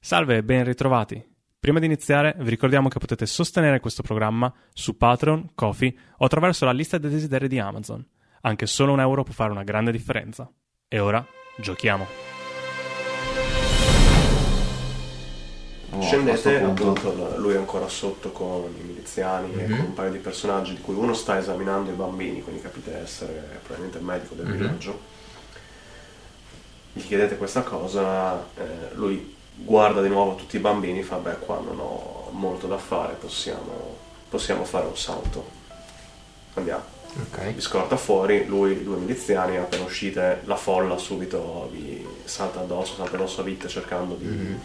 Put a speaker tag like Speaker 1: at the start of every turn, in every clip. Speaker 1: Salve e ben ritrovati. Prima di iniziare vi ricordiamo che potete sostenere questo programma su Patreon, Kofi o attraverso la lista dei desideri di Amazon. Anche solo un euro può fare una grande differenza. E ora giochiamo.
Speaker 2: Oh,
Speaker 3: Scendete,
Speaker 2: a questo punto.
Speaker 3: appunto, lui è ancora sotto con i miliziani e
Speaker 4: Mhm.
Speaker 3: con un paio di personaggi di cui uno sta esaminando i bambini, quindi capite essere probabilmente il medico del
Speaker 4: Mhm.
Speaker 3: villaggio. Gli chiedete questa cosa, eh, lui guarda di nuovo tutti i bambini, fa beh qua non ho molto da fare, possiamo, possiamo fare un salto. Andiamo.
Speaker 4: Ok.
Speaker 3: Vi scorta fuori, lui e i due miliziani, appena uscite la folla subito vi salta addosso, salta addosso a vite cercando di,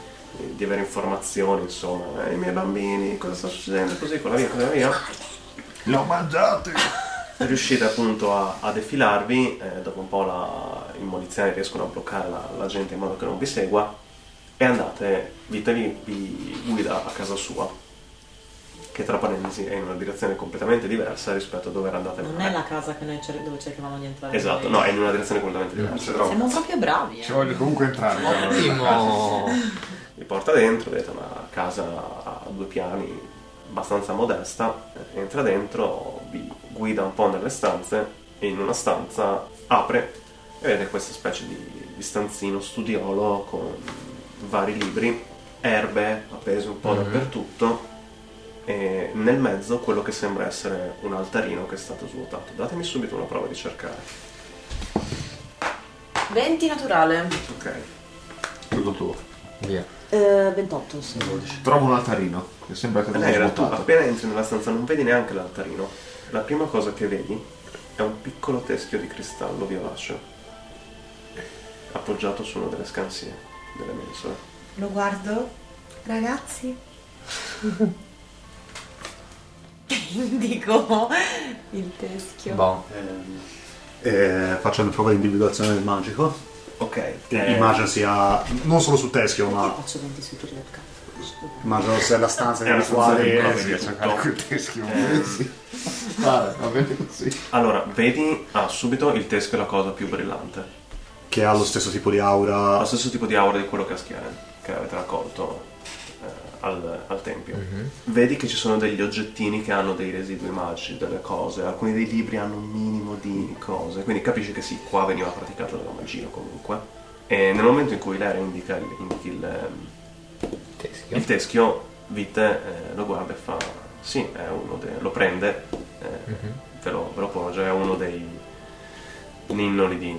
Speaker 3: di avere informazioni, insomma, "Eh, i miei bambini, cosa sta succedendo, così, quella via, quella via.
Speaker 2: L'ho mangiato!
Speaker 3: Riuscite appunto a, a defilarvi, eh, dopo un po' la- i miliziani riescono a bloccare la, la gente in modo che non vi segua e andate, Vita vi, vi guida a casa sua, che tra parentesi è in una direzione completamente diversa rispetto a dove era andata
Speaker 5: Non è la casa che noi cer- dove cercavamo di entrare.
Speaker 3: Esatto, no,
Speaker 5: noi.
Speaker 3: è in una direzione completamente diversa.
Speaker 5: Siamo proprio bravi,
Speaker 2: Ci
Speaker 5: eh.
Speaker 2: voglio comunque entrare.
Speaker 4: Ottimo!
Speaker 3: Vi porta dentro, vedete una casa a due piani abbastanza modesta, entra dentro, vi guida un po' nelle stanze e in una stanza apre e vede questa specie di, di stanzino studiolo con vari libri, erbe appese un po' dappertutto e nel mezzo quello che sembra essere un altarino che è stato svuotato. Datemi subito una prova di cercare.
Speaker 5: 20 naturale.
Speaker 3: Ok.
Speaker 2: Tutto tuo.
Speaker 4: Via.
Speaker 5: Eh, 28, sì.
Speaker 2: Trovo un altarino, che sembra che
Speaker 3: Lei in
Speaker 2: venga
Speaker 3: realtà
Speaker 2: svuotato.
Speaker 3: appena entri nella stanza non vedi neanche l'altarino. La prima cosa che vedi è un piccolo teschio di cristallo violaceo appoggiato su una delle scansie delle mensole.
Speaker 6: Lo guardo. Ragazzi.
Speaker 5: Dico il teschio.
Speaker 4: Bon.
Speaker 7: Eh, faccio una prova di individuazione del magico.
Speaker 3: Ok,
Speaker 7: Che
Speaker 3: eh,
Speaker 7: Immagino sia non solo su teschio,
Speaker 5: Io
Speaker 7: ma
Speaker 5: faccio 20 sui tiri del cazzo.
Speaker 7: immagino sia la stanza
Speaker 3: È una
Speaker 7: nella
Speaker 3: stanza
Speaker 7: quale
Speaker 3: piccola,
Speaker 7: eh,
Speaker 3: quindi
Speaker 7: sì,
Speaker 3: è
Speaker 7: cercare-
Speaker 2: Cercare quel teschio. eh,
Speaker 3: Ehm.
Speaker 2: Sì. Vale, va bene così.
Speaker 3: allora vedi ah, subito il teschio è la cosa più brillante.
Speaker 7: che ha lo stesso tipo di
Speaker 3: Ha lo
Speaker 7: aura.
Speaker 3: stesso tipo di aura di quello che, ha Schiaren, che avete raccolto eh, al, al tempio. Vedi che ci sono degli oggettini che hanno dei residui magici, delle cose, alcuni dei libri hanno un minimo di cose, quindi capisci che sì, qua veniva praticata la magia comunque. E nel momento in cui Lera indica il, indichi il, ehm,
Speaker 4: Teschio.
Speaker 3: il teschio, Vite eh, lo guarda e fa: Sì, è uno de- lo prende, eh, ve, lo, ve lo porge, è uno dei ninnoli di,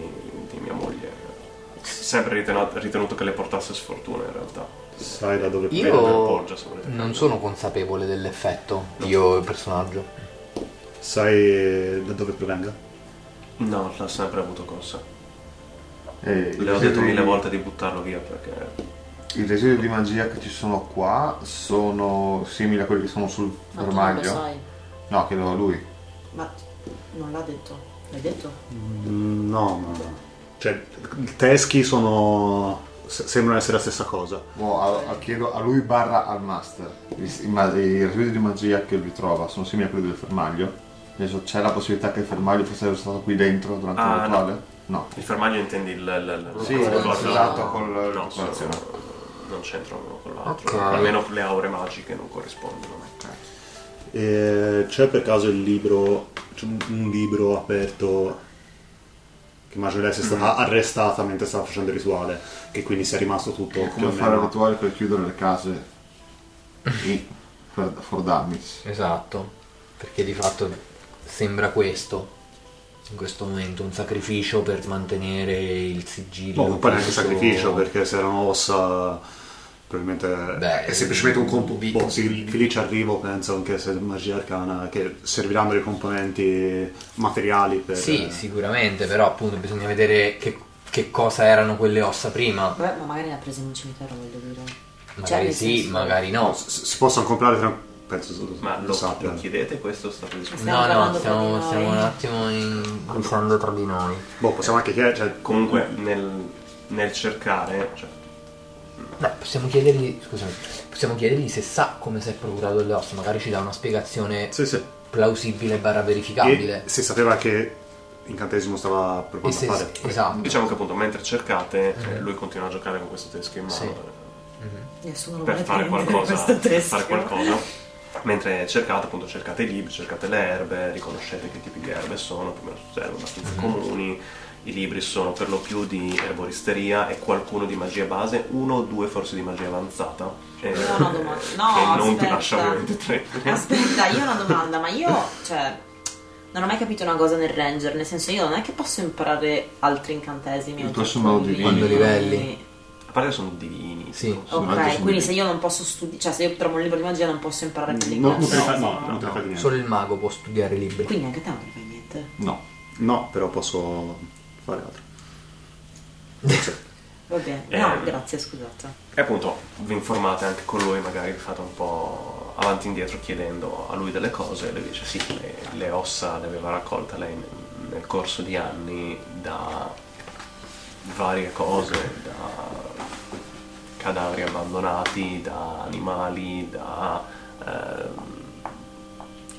Speaker 3: di mia moglie. Sempre ritenuto, ritenuto che le portasse sfortuna in realtà.
Speaker 7: Sai da dove
Speaker 3: Vede
Speaker 4: Io
Speaker 3: per Borgia, se volete.
Speaker 4: non sono consapevole dell'effetto. Io il personaggio.
Speaker 7: sai da dove provenga?
Speaker 3: No, l'ha sempre avuto con sé.
Speaker 2: Eh,
Speaker 3: Le ho detto mille volte di buttarlo via perché.
Speaker 2: I residui di magia che ci sono qua sono simili a quelli che sono sul
Speaker 5: Ma tu non lo
Speaker 2: formaggio.
Speaker 5: sai.
Speaker 2: No, chiedo a lui.
Speaker 5: Ma non l'ha detto. L'hai detto?
Speaker 7: Mm, No, no, no. Cioè, i teschi sono. se- sembrano essere la stessa cosa.
Speaker 2: Boh, a- a- chiedo a lui barra al master. I, ma- i residui di magia che lui trova sono simili a quelli del fermaglio. Nel senso, c'è la possibilità che il fermaglio fosse stato qui dentro durante
Speaker 3: Ah,
Speaker 2: il rituale? No.
Speaker 3: Il fermaglio intendi il. il, il
Speaker 2: Sì,
Speaker 3: il-
Speaker 2: l'ho
Speaker 3: il-
Speaker 2: usato col-
Speaker 3: No, sono-
Speaker 2: colazione.
Speaker 3: non c'entrano l'uno con l'altro.
Speaker 4: Ok.
Speaker 3: Almeno le aure magiche non corrispondono.
Speaker 7: E c'è per caso il libro. C'è un, un libro aperto. Che immagino lei sia stata arrestata mentre stava facendo il rituale. Che quindi sia rimasto tutto. più o
Speaker 2: Come fare
Speaker 7: meno-
Speaker 2: un rituale per chiudere le case i for, for damage.
Speaker 4: Esatto. Perché di fatto sembra questo. In questo momento un sacrificio per mantenere il sigillo.
Speaker 2: Boh,
Speaker 7: No, Boh, poi neanche
Speaker 4: questo-
Speaker 7: sacrificio perché se erano ossa probabilmente
Speaker 4: Beh,
Speaker 7: è semplicemente un compo
Speaker 4: vi-
Speaker 7: boh, sì, felice arrivo penso anche se è magia arcana che serviranno dei componenti materiali per eh,
Speaker 4: Sì, sicuramente, però appunto bisogna vedere che, che cosa erano quelle ossa prima.
Speaker 5: Beh, ma magari l'ha presa in un cimitero, voglio dire. Cioè,
Speaker 4: Magari
Speaker 5: nel
Speaker 4: sì,
Speaker 5: senso-
Speaker 4: magari no.
Speaker 7: S- si possono comprare tra... penso lo,
Speaker 3: Ma
Speaker 7: lo
Speaker 3: lo,
Speaker 7: sappia
Speaker 3: lo chiedete questo sta per discutere.
Speaker 5: Stiamo
Speaker 4: No, no,
Speaker 5: parlando tra
Speaker 4: stiamo,
Speaker 5: di noi.
Speaker 4: stiamo un attimo in... pensando tra di noi.
Speaker 7: boh possiamo anche chiedere cioè,
Speaker 3: Comunque nel, nel cercare. Cioè,
Speaker 4: Beh, possiamo chiedergli, scusami, possiamo chiedergli se sa come si è procurato le ossa, magari ci dà una spiegazione
Speaker 7: sì sì
Speaker 4: plausibile barra
Speaker 7: e
Speaker 4: verificabile.
Speaker 7: si sapeva che incantesimo stava
Speaker 4: E
Speaker 7: provando
Speaker 4: se-
Speaker 7: a fare
Speaker 4: esatto.
Speaker 3: diciamo che appunto mentre cercate eh, lui continua a giocare con questo teschio in mano.
Speaker 4: Sì.
Speaker 3: eh,
Speaker 5: Nessuno lo
Speaker 3: per
Speaker 5: vuole
Speaker 3: fare
Speaker 5: prendere
Speaker 3: qualcosa,
Speaker 5: questo
Speaker 3: per
Speaker 5: teschio.
Speaker 3: fare qualcosa. Mentre cercate, appunto, cercate i libri, cercate le erbe, riconoscete che tipi di erbe sono, più o meno sono erbe abbastanza comuni. I libri sono per lo più di erboristeria e qualcuno di magia base, uno o due forse di magia avanzata. eh,
Speaker 5: Io ho una domanda.
Speaker 3: che
Speaker 5: No,
Speaker 3: non ti
Speaker 5: aspetta.
Speaker 3: lascia ovviamente tre.
Speaker 5: Aspetta, io ho una domanda, ma io, cioè, non ho mai capito una cosa nel ranger, nel senso io non è che posso imparare altri incantesimi.
Speaker 2: Il
Speaker 5: o
Speaker 2: tuo
Speaker 5: altri
Speaker 2: sono
Speaker 5: trucchi.
Speaker 2: divini.
Speaker 4: livelli?
Speaker 3: A parte che sono divini,
Speaker 4: Sì.
Speaker 3: sono-
Speaker 2: Sono altri
Speaker 5: Ok,
Speaker 2: sono
Speaker 5: quindi
Speaker 2: divini.
Speaker 5: se io non posso studiare, cioè se io trovo un libro di magia non posso imparare più
Speaker 7: No, non te
Speaker 5: l'incantesimo.
Speaker 7: ne fa- no, non te ne fai niente.
Speaker 4: Solo il mago può studiare i libri.
Speaker 5: Quindi anche te non ne fai niente.
Speaker 7: No, no, però posso fare altro.
Speaker 5: Va bene.
Speaker 3: Eh.
Speaker 5: No, grazie, scusate.
Speaker 3: E appunto vi informate anche con lui, magari vi fate un po' avanti e indietro chiedendo a lui delle cose e lui dice sì, le, le ossa le aveva raccolte lei nel, nel corso di anni da varie cose, da cadaveri abbandonati, da animali, da ehm,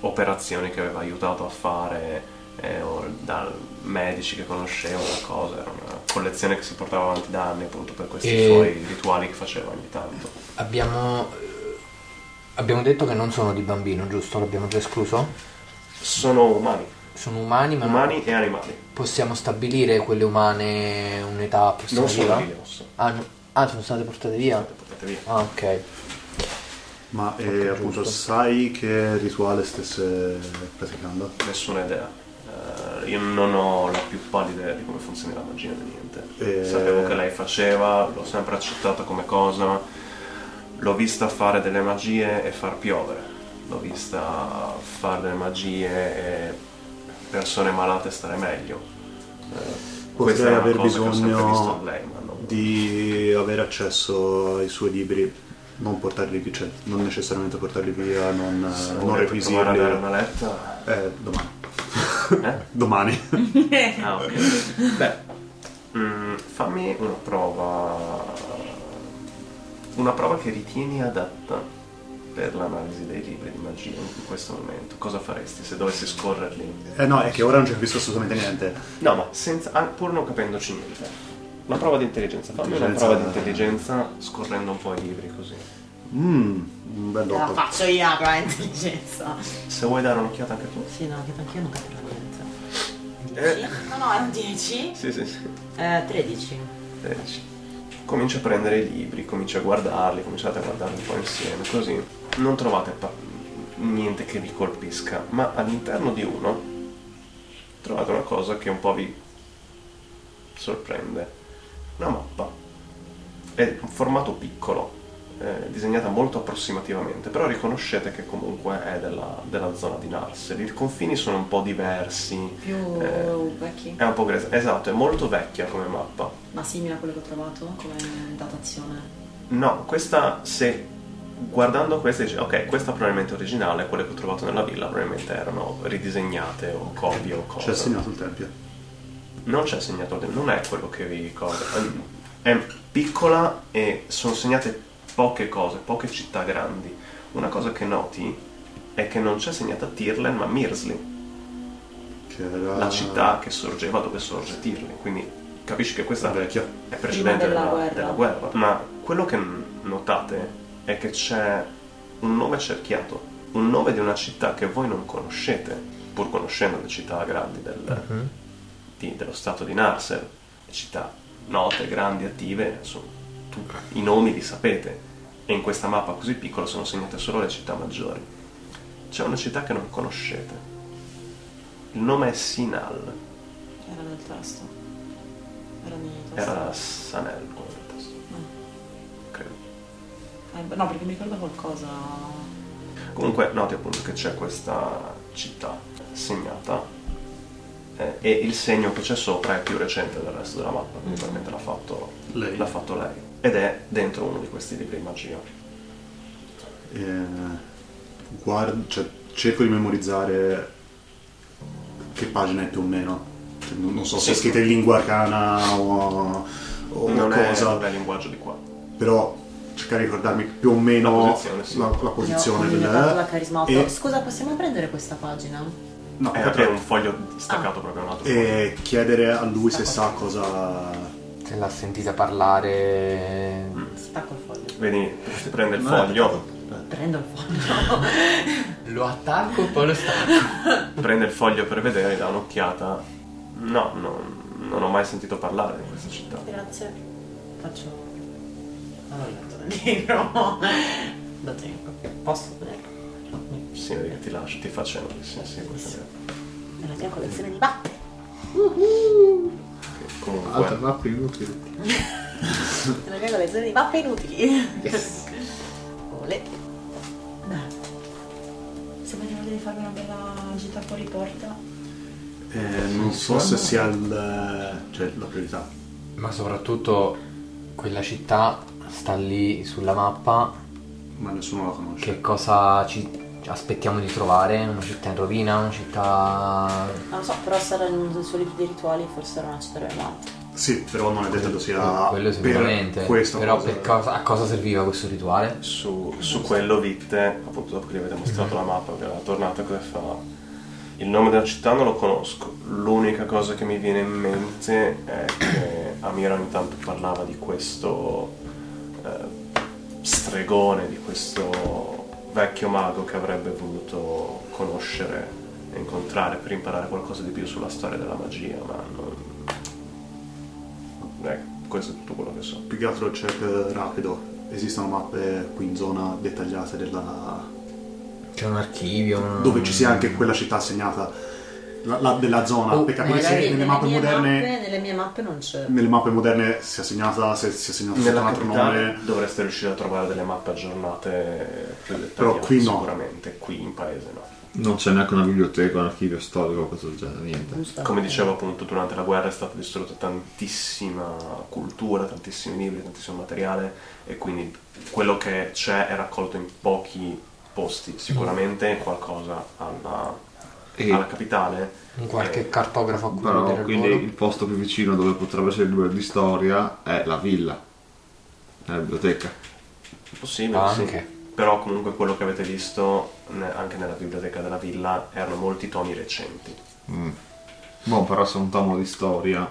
Speaker 3: operazioni che aveva aiutato a fare eh, o da medici che conosceva una cosa, era una collezione che si portava avanti da anni appunto per questi
Speaker 4: E-
Speaker 3: suoi rituali che faceva ogni tanto.
Speaker 4: Abbiamo. eh, Abbiamo detto che non sono di bambino, giusto? L'abbiamo già escluso?
Speaker 3: Sono umani,
Speaker 4: Sono umani, ma non-
Speaker 3: umani e animali,
Speaker 4: possiamo stabilire quelle umane un'età approssimativa?
Speaker 3: non sono di ossa.
Speaker 4: Ah, no- ah, sono state portate via?
Speaker 3: Portate via.
Speaker 4: Ah, ok.
Speaker 7: Ma eh, appunto, sai che rituale stesse praticando?
Speaker 3: Nessuna idea. Eh, io non ho la più pallida idea di come funzioni la magia né niente.
Speaker 7: Eh.
Speaker 3: Sapevo che lei faceva, l'ho sempre accettata come cosa. L'ho vista fare delle magie e far piovere. L'ho vista fare delle magie e persone malate stare meglio. Eh, questa è
Speaker 7: Potrei
Speaker 3: una
Speaker 7: aver
Speaker 3: cosa che ho sempre visto
Speaker 7: bisogno
Speaker 3: in lei, ma non-
Speaker 7: di avere accesso ai suoi libri, non portarli via, cioè non necessariamente portarli via, non,
Speaker 3: Se
Speaker 7: eh, non
Speaker 3: volete provare a dare
Speaker 7: requisirli.
Speaker 3: una letta.
Speaker 7: Eh, domani.
Speaker 3: Eh?
Speaker 7: domani.
Speaker 3: Ah, ok. Beh, mm, fammi una prova. Una prova che ritieni adatta per l'analisi dei libri di magia in questo momento. Cosa faresti se dovessi scorrerli?
Speaker 7: Eh no, è che ora non ci ho visto assolutamente niente.
Speaker 3: No, ma senza, ah, pur non capendoci niente. Una prova di intelligenza, fammi una
Speaker 7: Intelligenza-
Speaker 3: prova di intelligenza scorrendo un po' i libri così.
Speaker 7: Mmm, un bel
Speaker 5: Te la
Speaker 7: dopo.
Speaker 5: faccio io con l'intelligenza.
Speaker 3: Se vuoi dare un'occhiata anche tu.
Speaker 5: Sì, no, che anch'io non capirò niente.
Speaker 3: Eh.
Speaker 5: No, no, è un 10.
Speaker 3: Sì, sì, sì.
Speaker 5: Eh, 13.
Speaker 3: 13. Cominci Eh, a prendere i libri, cominci a guardarli, cominciate a guardarli un po' insieme, così non trovate pa- niente che vi colpisca, ma all'interno di uno trovate una cosa che un po' vi sorprende. Una mappa. È un formato piccolo, eh, disegnata molto approssimativamente, però riconoscete che comunque è della, della zona di Narsel. I confini sono un po' diversi.
Speaker 5: Più
Speaker 3: eh,
Speaker 5: vecchi.
Speaker 3: è un po' grezza. Esatto, è molto vecchia come mappa.
Speaker 5: Ma simile a quello che ho trovato come datazione.
Speaker 3: No, questa se guardando questa dici ok, questa probabilmente è originale, quelle che ho trovato nella villa probabilmente erano ridisegnate o copie o cose.
Speaker 7: C'è segnato il tempio.
Speaker 3: Non c'è segnato, non è quello che vi ricordo. È piccola e sono segnate poche cose, poche città grandi. Una cosa che noti è che non c'è segnata Tirlen ma Mirsley,
Speaker 7: Che era...
Speaker 3: la città che sorgeva dove sorge Tirlen. Quindi capisci che questa
Speaker 7: vecchia.
Speaker 3: è precedente
Speaker 5: Prima
Speaker 3: della,
Speaker 5: della guerra.
Speaker 3: della guerra. Ma quello che n- notate è che c'è un nome cerchiato, un nome di una città che voi non conoscete, pur conoscendo le città grandi del- di- dello stato di Narser, le città note, grandi, attive, sono tu- i nomi li sapete. E in questa mappa così piccola sono segnate solo le città maggiori. C'è una città che non conoscete. Il nome è Sinal,
Speaker 5: Era nel testo. Era nel testo.
Speaker 3: era Sanel come nel testo.
Speaker 5: Mm.
Speaker 3: Credo.
Speaker 5: Eh, no, perché mi ricorda qualcosa.
Speaker 3: Comunque noti appunto che c'è questa città segnata eh, e il segno che c'è sopra è più recente del resto della mappa, quindi probabilmente l'ha fatto
Speaker 7: Lei.
Speaker 3: l'ha fatto lei. Ed è dentro uno di questi libri di magia.
Speaker 7: Eh, guard- cioè, cerco di memorizzare che pagina è più o meno. Cioè, non, non so se è
Speaker 3: Sì.
Speaker 7: scritta in lingua arcana o, o
Speaker 3: non è-
Speaker 7: Oh, cosa,
Speaker 3: non è il linguaggio di qua.
Speaker 7: però cercare di ricordarmi più o meno
Speaker 3: La posizione, sì.
Speaker 7: la- la posizione
Speaker 5: No, mi
Speaker 7: del-
Speaker 5: ha dato la carisma otto.
Speaker 7: e-
Speaker 5: Scusa, possiamo prendere questa pagina?
Speaker 7: no,
Speaker 3: È,
Speaker 7: capito.
Speaker 3: è un foglio staccato proprio da un altro. foglio.
Speaker 7: Ah, e chiedere a lui se sa cosa
Speaker 4: Se l'ha sentita parlare...
Speaker 5: Stacco il foglio.
Speaker 3: Vedi, si prende il
Speaker 2: Non è
Speaker 3: foglio,
Speaker 5: Prendo il foglio.
Speaker 4: Lo attacco e poi lo stacco.
Speaker 3: prende il foglio per vedere, dà un'occhiata. No, no, non ho mai sentito parlare di questa città.
Speaker 5: Grazie. Faccio. Non Ah, ho letto nel libro. Da tempo. Posso vedere?
Speaker 3: Sì, ti lascio, ti faccio una sì, sì, puoi sapere.
Speaker 5: Nella mia collezione di mappe.
Speaker 3: Comunque,
Speaker 2: Altra mappa inutile.
Speaker 5: Nella mia collezione di mappe inutili. Ole.
Speaker 6: Se vogliamo devi fare una bella gita fuori porta.
Speaker 7: Eh, non so se sia il, cioè, la priorità.
Speaker 4: Ma soprattutto quella città sta lì sulla mappa.
Speaker 7: Ma nessuno la conosce.
Speaker 4: Che cosa ci aspettiamo di trovare? Una città in rovina? Una città...
Speaker 5: Non lo so, però sarà uno solo dei rituali, forse era una città relevante.
Speaker 7: Sì, però non è detto che sia
Speaker 4: Quello sicuramente.
Speaker 7: per questo.
Speaker 4: Però per cosa- a cosa serviva questo rituale?
Speaker 3: su, su quello Victe, appunto dopo che gli avete mostrato la mappa, che era tornata, cosa fa? Il nome della città non lo conosco, l'unica cosa che mi viene in mente è che Amira ogni tanto parlava di questo eh, stregone, di questo vecchio mago che avrebbe voluto conoscere e incontrare per imparare qualcosa di più sulla storia della magia, ma non... Ecco, questo è tutto quello che so.
Speaker 7: Più che altro check rapido. Esistono mappe qui in zona dettagliate della...
Speaker 4: C'è un archivio? un-
Speaker 7: dove ci sia anche quella città segnata la- la- della zona.
Speaker 4: Oh,
Speaker 7: per capire se
Speaker 5: Magari
Speaker 7: Eh, nelle mappe
Speaker 5: mie
Speaker 7: moderne...
Speaker 5: mappe- nelle mie mappe non c'è.
Speaker 7: Nelle mappe moderne si è segnata, se si è segnato sotto
Speaker 3: Nella
Speaker 7: un altro
Speaker 3: capitale
Speaker 7: nome.
Speaker 3: dovreste riuscire a trovare delle mappe aggiornate più dettagliate
Speaker 7: Però qui no.
Speaker 3: sicuramente, qui in paese no.
Speaker 2: Non c'è neanche una biblioteca, un archivio storico, cosa del genere, niente.
Speaker 5: Giusto.
Speaker 3: Come dicevo appunto, durante la guerra è stata distrutta tantissima cultura, tantissimi libri, tantissimo materiale e quindi quello che c'è è raccolto in pochi posti, sicuramente qualcosa alla,
Speaker 2: E-
Speaker 3: alla capitale.
Speaker 4: Un qualche
Speaker 3: Eh,
Speaker 4: cartografo a cui vedere
Speaker 2: Però
Speaker 4: il
Speaker 2: quindi
Speaker 4: volo?
Speaker 2: il posto più vicino dove potrebbe essere il libro di storia è la villa, è la biblioteca.
Speaker 3: Possibile,
Speaker 4: Ah,
Speaker 3: sì.
Speaker 4: anche.
Speaker 3: Però comunque quello che avete visto ne- anche nella biblioteca della villa erano molti tomi recenti.
Speaker 2: Boh, però se un tavolo di storia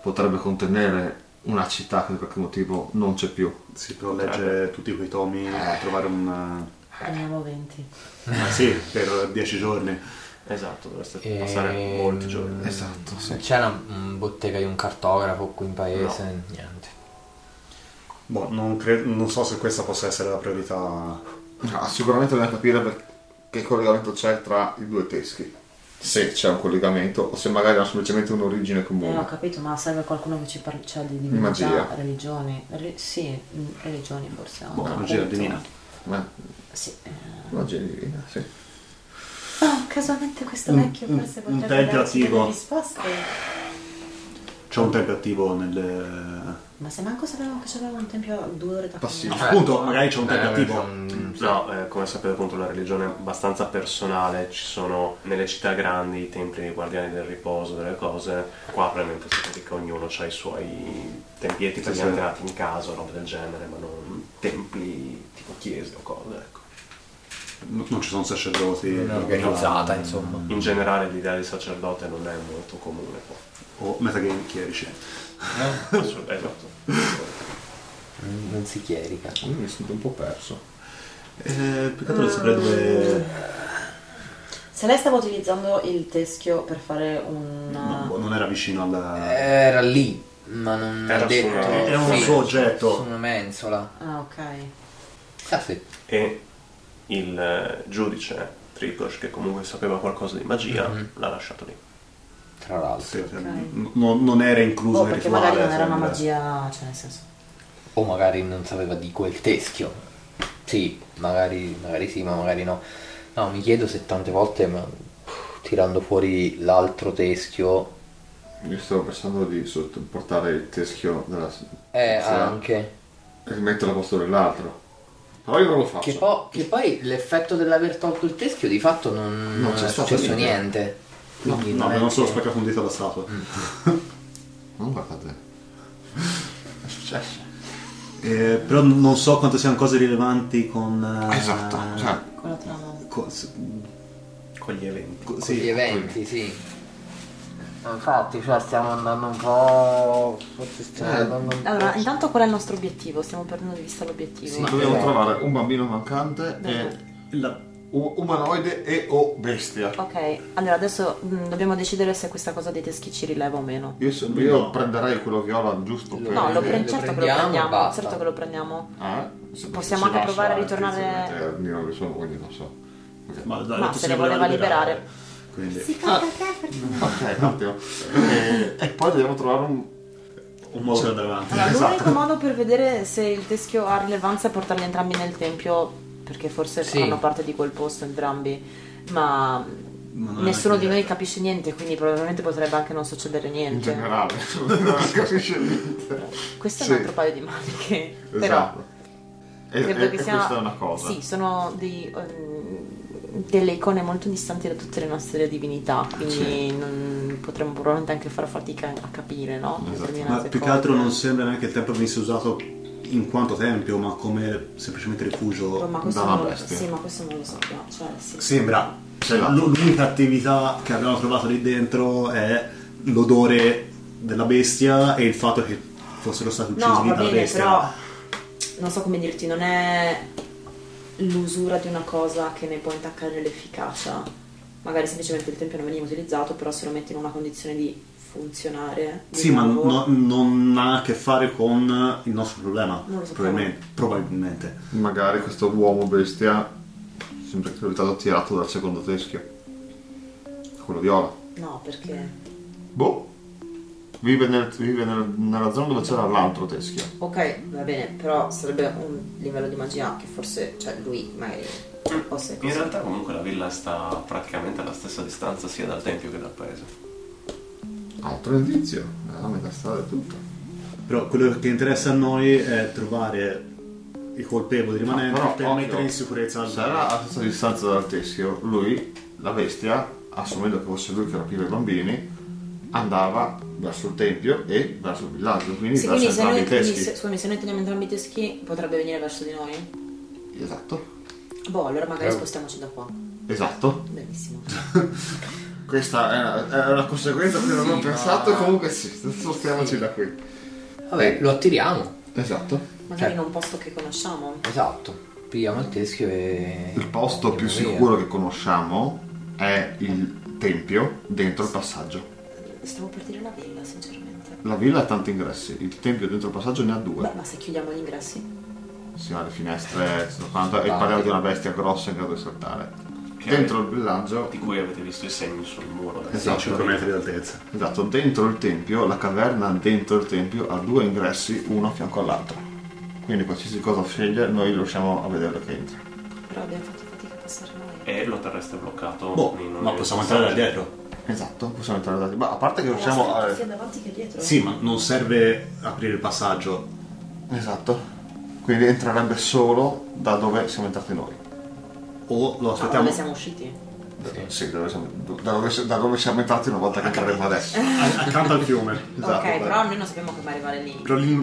Speaker 2: potrebbe contenere una città che per qualche motivo non c'è più.
Speaker 7: Sì, però leggere tutti quei tomi
Speaker 5: Eh.
Speaker 7: e trovare un...
Speaker 5: Teniamo 20.
Speaker 7: eh, sì, per dieci giorni.
Speaker 3: Esatto, dovreste
Speaker 4: Ehm,
Speaker 3: passare molti giorni.
Speaker 2: Esatto, sì.
Speaker 4: C'è una mm, bottega di un cartografo qui in paese? Niente.
Speaker 7: Boh, non, cre- non so se questa possa essere la priorità. Boh,
Speaker 2: Ah, sicuramente dobbiamo capire per- che collegamento c'è tra i due teschi. Se c'è un collegamento o se magari hanno semplicemente un'origine
Speaker 5: Eh, ho
Speaker 2: comune.
Speaker 5: capito, ma serve qualcuno che ci parli cioè, di divinità,
Speaker 2: Magia.
Speaker 5: religione. Re- sì, mm, religioni forse. no?
Speaker 7: Boh,
Speaker 5: Ah, Appunto.
Speaker 7: magia divina.
Speaker 2: Ma
Speaker 5: Sì. eh.
Speaker 2: magia divina, sì.
Speaker 6: Oh, casualmente questo vecchio forse
Speaker 7: Mm, un
Speaker 6: potrebbe
Speaker 7: tempio
Speaker 6: darci
Speaker 7: attivo.
Speaker 6: delle risposte.
Speaker 7: C'è un tempio attivo nelle...
Speaker 5: Ma se manco sapevamo che c'aveva un tempio a due ore da Cioè,
Speaker 2: Passivo.
Speaker 5: camminare.
Speaker 7: Appunto, magari c'è un
Speaker 4: Beh,
Speaker 7: tempio attivo.
Speaker 4: c'è un-
Speaker 3: No, eh, come sapete appunto è una religione abbastanza personale, ci sono nelle città grandi i templi dei guardiani del riposo, delle cose, qua probabilmente sapete che ognuno ha i suoi tempietti per gli
Speaker 7: Sì, sì.
Speaker 3: antenati in casa, roba del genere, ma non templi tipo chiese o cose, ecco.
Speaker 7: N- Non ci sono sacerdoti.
Speaker 4: Organizzata, insomma.
Speaker 3: In generale l'idea di sacerdote non è molto comune qua.
Speaker 7: O metagame chierici.
Speaker 3: Assu- esatto.
Speaker 4: Mm, Non si chierica.
Speaker 2: Quindi mi sento un po' perso.
Speaker 7: Eh, più che altro saprei dove...
Speaker 5: Se lei stava utilizzando il teschio per fare un...
Speaker 7: no, boh, non era vicino alla...
Speaker 4: Era lì, ma non
Speaker 3: Era
Speaker 4: ha detto.
Speaker 3: su una-
Speaker 7: È un
Speaker 4: Sì,
Speaker 7: suo oggetto.
Speaker 4: Su una mensola.
Speaker 5: Ah, ok.
Speaker 4: Chissà se
Speaker 3: E il eh, giudice Trigosh, che comunque sapeva qualcosa di magia, l'ha lasciato lì.
Speaker 4: Tra l'altro.
Speaker 7: Sì, cioè, n- non- non era incluso
Speaker 5: Boh,
Speaker 7: nel
Speaker 5: perché
Speaker 7: rituale. eh,
Speaker 5: magari non era una
Speaker 7: sembra.
Speaker 5: magia, cioè nel senso...
Speaker 4: O magari non sapeva di quel teschio. Sì, magari, magari sì, ma magari no. No, mi chiedo se tante volte ma, tirando fuori l'altro teschio.
Speaker 2: Io stavo pensando di sotto- portare il teschio della...
Speaker 4: Eh,
Speaker 2: sì,
Speaker 4: anche.
Speaker 2: E metterlo a posto dell'altro. Però io non lo faccio.
Speaker 4: Che, po- che poi l'effetto dell'aver tolto il teschio di fatto non,
Speaker 2: Non
Speaker 4: è
Speaker 2: c'è stato
Speaker 4: successo
Speaker 2: niente.
Speaker 4: niente.
Speaker 7: No,
Speaker 4: Quindi
Speaker 7: no,
Speaker 4: non è
Speaker 7: non solo
Speaker 4: che-
Speaker 7: spaccato un dito alla statua.
Speaker 2: Non guardate. È successo.
Speaker 7: Eh, però non so quanto siano cose rilevanti con... eh,
Speaker 2: Esatto, cioè,
Speaker 5: Quella trama...
Speaker 7: co- s-
Speaker 3: Con gli eventi.
Speaker 7: co-
Speaker 4: con gli
Speaker 7: sì,
Speaker 4: eventi, sì. Infatti, cioè, stiamo andando un po'. Forse stiamo
Speaker 2: Eh.
Speaker 4: andando un po'.
Speaker 5: Allora, intanto qual è il nostro obiettivo? Stiamo perdendo di vista l'obiettivo.
Speaker 4: Sì.
Speaker 2: Dobbiamo
Speaker 4: Esatto.
Speaker 2: trovare un bambino mancante e
Speaker 7: La-
Speaker 2: u- umanoide e o bestia.
Speaker 5: Ok, allora adesso mm, dobbiamo decidere se questa cosa dei teschi ci rileva o meno.
Speaker 2: Io, se- io prenderei quello viola giusto per...
Speaker 5: No, lo, pre-
Speaker 4: Lo
Speaker 5: certo che lo
Speaker 4: prendiamo e
Speaker 5: prendiamo,
Speaker 4: basta.
Speaker 5: certo che lo prendiamo.
Speaker 2: Eh? Se-
Speaker 5: Possiamo
Speaker 2: se
Speaker 5: anche
Speaker 2: lascia
Speaker 5: provare a
Speaker 2: il
Speaker 5: ritornare-
Speaker 2: tizio in eterni, non lo so, quindi non so. Ok.
Speaker 7: ma, dai,
Speaker 5: Ma se
Speaker 7: lo
Speaker 5: ne
Speaker 7: possiamo
Speaker 5: voleva
Speaker 7: liberare.
Speaker 5: liberare.
Speaker 7: Quindi,
Speaker 2: Ah. Ok, un attimo. E, e poi dobbiamo trovare un...
Speaker 7: un modo per andare avanti.
Speaker 5: Allora, l'unico modo per vedere se il teschio ha rilevanza è portarli entrambi nel tempio, perché forse
Speaker 4: Sì.
Speaker 5: fanno parte di quel posto entrambi, ma
Speaker 7: Ma non è
Speaker 5: nessuno
Speaker 7: neanche
Speaker 5: di noi
Speaker 7: detto.
Speaker 5: capisce niente, quindi probabilmente potrebbe anche non succedere
Speaker 2: in
Speaker 5: niente.
Speaker 2: generale. non si capisce niente.
Speaker 5: Questo è
Speaker 2: Sì.
Speaker 5: un altro paio di maniche, però
Speaker 2: Esatto. E,
Speaker 5: credo
Speaker 2: e-
Speaker 5: che
Speaker 2: e
Speaker 5: sia...
Speaker 2: questa è una cosa.
Speaker 5: Sì, sono dei, ehm, delle icone molto distanti da tutte le nostre divinità, quindi
Speaker 2: Sì.
Speaker 5: non- potremmo probabilmente anche far fatica a capire, no?
Speaker 2: Esatto.
Speaker 7: Ma
Speaker 5: Determinate
Speaker 7: più che
Speaker 5: cose.
Speaker 7: altro non sembra neanche il tempio venisse usato in quanto tempio, ma come semplicemente
Speaker 5: Oh, Ma
Speaker 7: rifugio.
Speaker 5: questo,
Speaker 2: da una
Speaker 5: non lo,
Speaker 2: bestia.
Speaker 5: sì, ma questo non lo sappiamo, cioè sì.
Speaker 7: Sembra. Cioè,
Speaker 2: Esatto.
Speaker 7: l- l'unica attività che abbiamo trovato lì dentro è l'odore della bestia e il fatto che fossero stati uccisi
Speaker 5: No, va
Speaker 7: dalla
Speaker 5: bene,
Speaker 7: bestia.
Speaker 5: però non so come dirti, non è l'usura di una cosa che ne può intaccare l'efficacia. Magari semplicemente il tempio non veniva utilizzato, però se lo metti in una condizione di funzionare. di
Speaker 7: Sì, ma
Speaker 5: nuovo-
Speaker 7: no- non ha a che fare con il nostro problema.
Speaker 5: Non lo so.
Speaker 7: probabilmente. probabilmente.
Speaker 2: Magari questo uomo bestia sembra che è stato tirato dal secondo teschio. Quello viola.
Speaker 5: No, perché.
Speaker 2: Boh. Vive, nel- vive nel- nella zona dove c'era l'altro teschio.
Speaker 5: Ok, va bene, però sarebbe un livello di magia che forse. cioè lui magari. O se
Speaker 3: In realtà comunque la villa sta praticamente alla stessa distanza sia dal tempio che dal paese.
Speaker 2: Altro indizio. È la metà strada è tutto.
Speaker 7: Però quello che interessa a noi è trovare i colpevoli rimanenti
Speaker 2: Però,
Speaker 7: per
Speaker 2: occhio,
Speaker 7: mettere in sicurezza il
Speaker 2: se era a stessa distanza dal teschio, lui, la bestia, assumendo che fosse lui che rapiva i bambini, andava verso il tempio e verso il villaggio, quindi
Speaker 5: Sì,
Speaker 2: verso
Speaker 5: quindi se
Speaker 2: entrambi
Speaker 5: noi,
Speaker 2: i
Speaker 5: quindi
Speaker 2: teschi.
Speaker 5: se, scusami, se noi teniamo entrambi i teschi potrebbe venire verso di noi?
Speaker 2: Esatto,
Speaker 5: Boh, allora magari
Speaker 4: Eh.
Speaker 5: spostiamoci da qua.
Speaker 2: esatto.
Speaker 5: Benissimo.
Speaker 2: Questa è una, è una conseguenza che non avevo
Speaker 4: Sì,
Speaker 2: pensato,
Speaker 4: ma-
Speaker 2: comunque sì, spostiamoci
Speaker 4: Sì.
Speaker 2: da qui.
Speaker 4: Vabbè, lo attiriamo.
Speaker 2: Esatto.
Speaker 5: Magari
Speaker 4: Eh.
Speaker 5: in un posto che conosciamo.
Speaker 4: Esatto. Pigliamo il teschio e.
Speaker 2: Il posto più
Speaker 4: andiamo via.
Speaker 2: sicuro che conosciamo è il tempio dentro il passaggio.
Speaker 5: Stavo per dire la villa, sinceramente.
Speaker 2: La villa ha tanti ingressi, il tempio dentro il passaggio ne ha due.
Speaker 5: Beh, ma se chiudiamo gli ingressi.
Speaker 2: Sì, ha le finestre sono quanto- e parliamo di una bestia grossa in grado di saltare.
Speaker 3: Che
Speaker 2: Dentro il villaggio,
Speaker 3: Di cui avete visto i segni sul muro. Cioè, adesso.
Speaker 2: Esatto.
Speaker 7: 5 metri di altezza.
Speaker 2: esatto, dentro il tempio, la caverna dentro il tempio ha due ingressi, uno a fianco all'altro. Quindi qualsiasi cosa sceglie, noi riusciamo a vederlo che entra.
Speaker 5: Però abbiamo fatto fatica a passare noi.
Speaker 3: E lo terrestre è bloccato.
Speaker 7: Boh,
Speaker 3: in un-
Speaker 7: ma possiamo entrare da dietro.
Speaker 2: Esatto, possiamo entrare da lì. Ma a parte che
Speaker 6: Era
Speaker 2: riusciamo
Speaker 6: scritto
Speaker 2: a...
Speaker 6: sia davanti che dietro.
Speaker 7: Sì, ma non serve aprire il passaggio.
Speaker 2: Esatto. Quindi entrerebbe solo da dove siamo entrati noi.
Speaker 7: O lo
Speaker 5: No,
Speaker 7: aspettiamo.
Speaker 5: dove Cioè, siamo usciti?
Speaker 2: Da, sì, dove siamo- da, dove, da dove siamo entrati una volta che entreremo adesso.
Speaker 7: a- accanto al fiume.
Speaker 2: Esatto,
Speaker 5: ok,
Speaker 2: beh.
Speaker 5: però noi non sappiamo come arrivare lì.
Speaker 7: Però lì,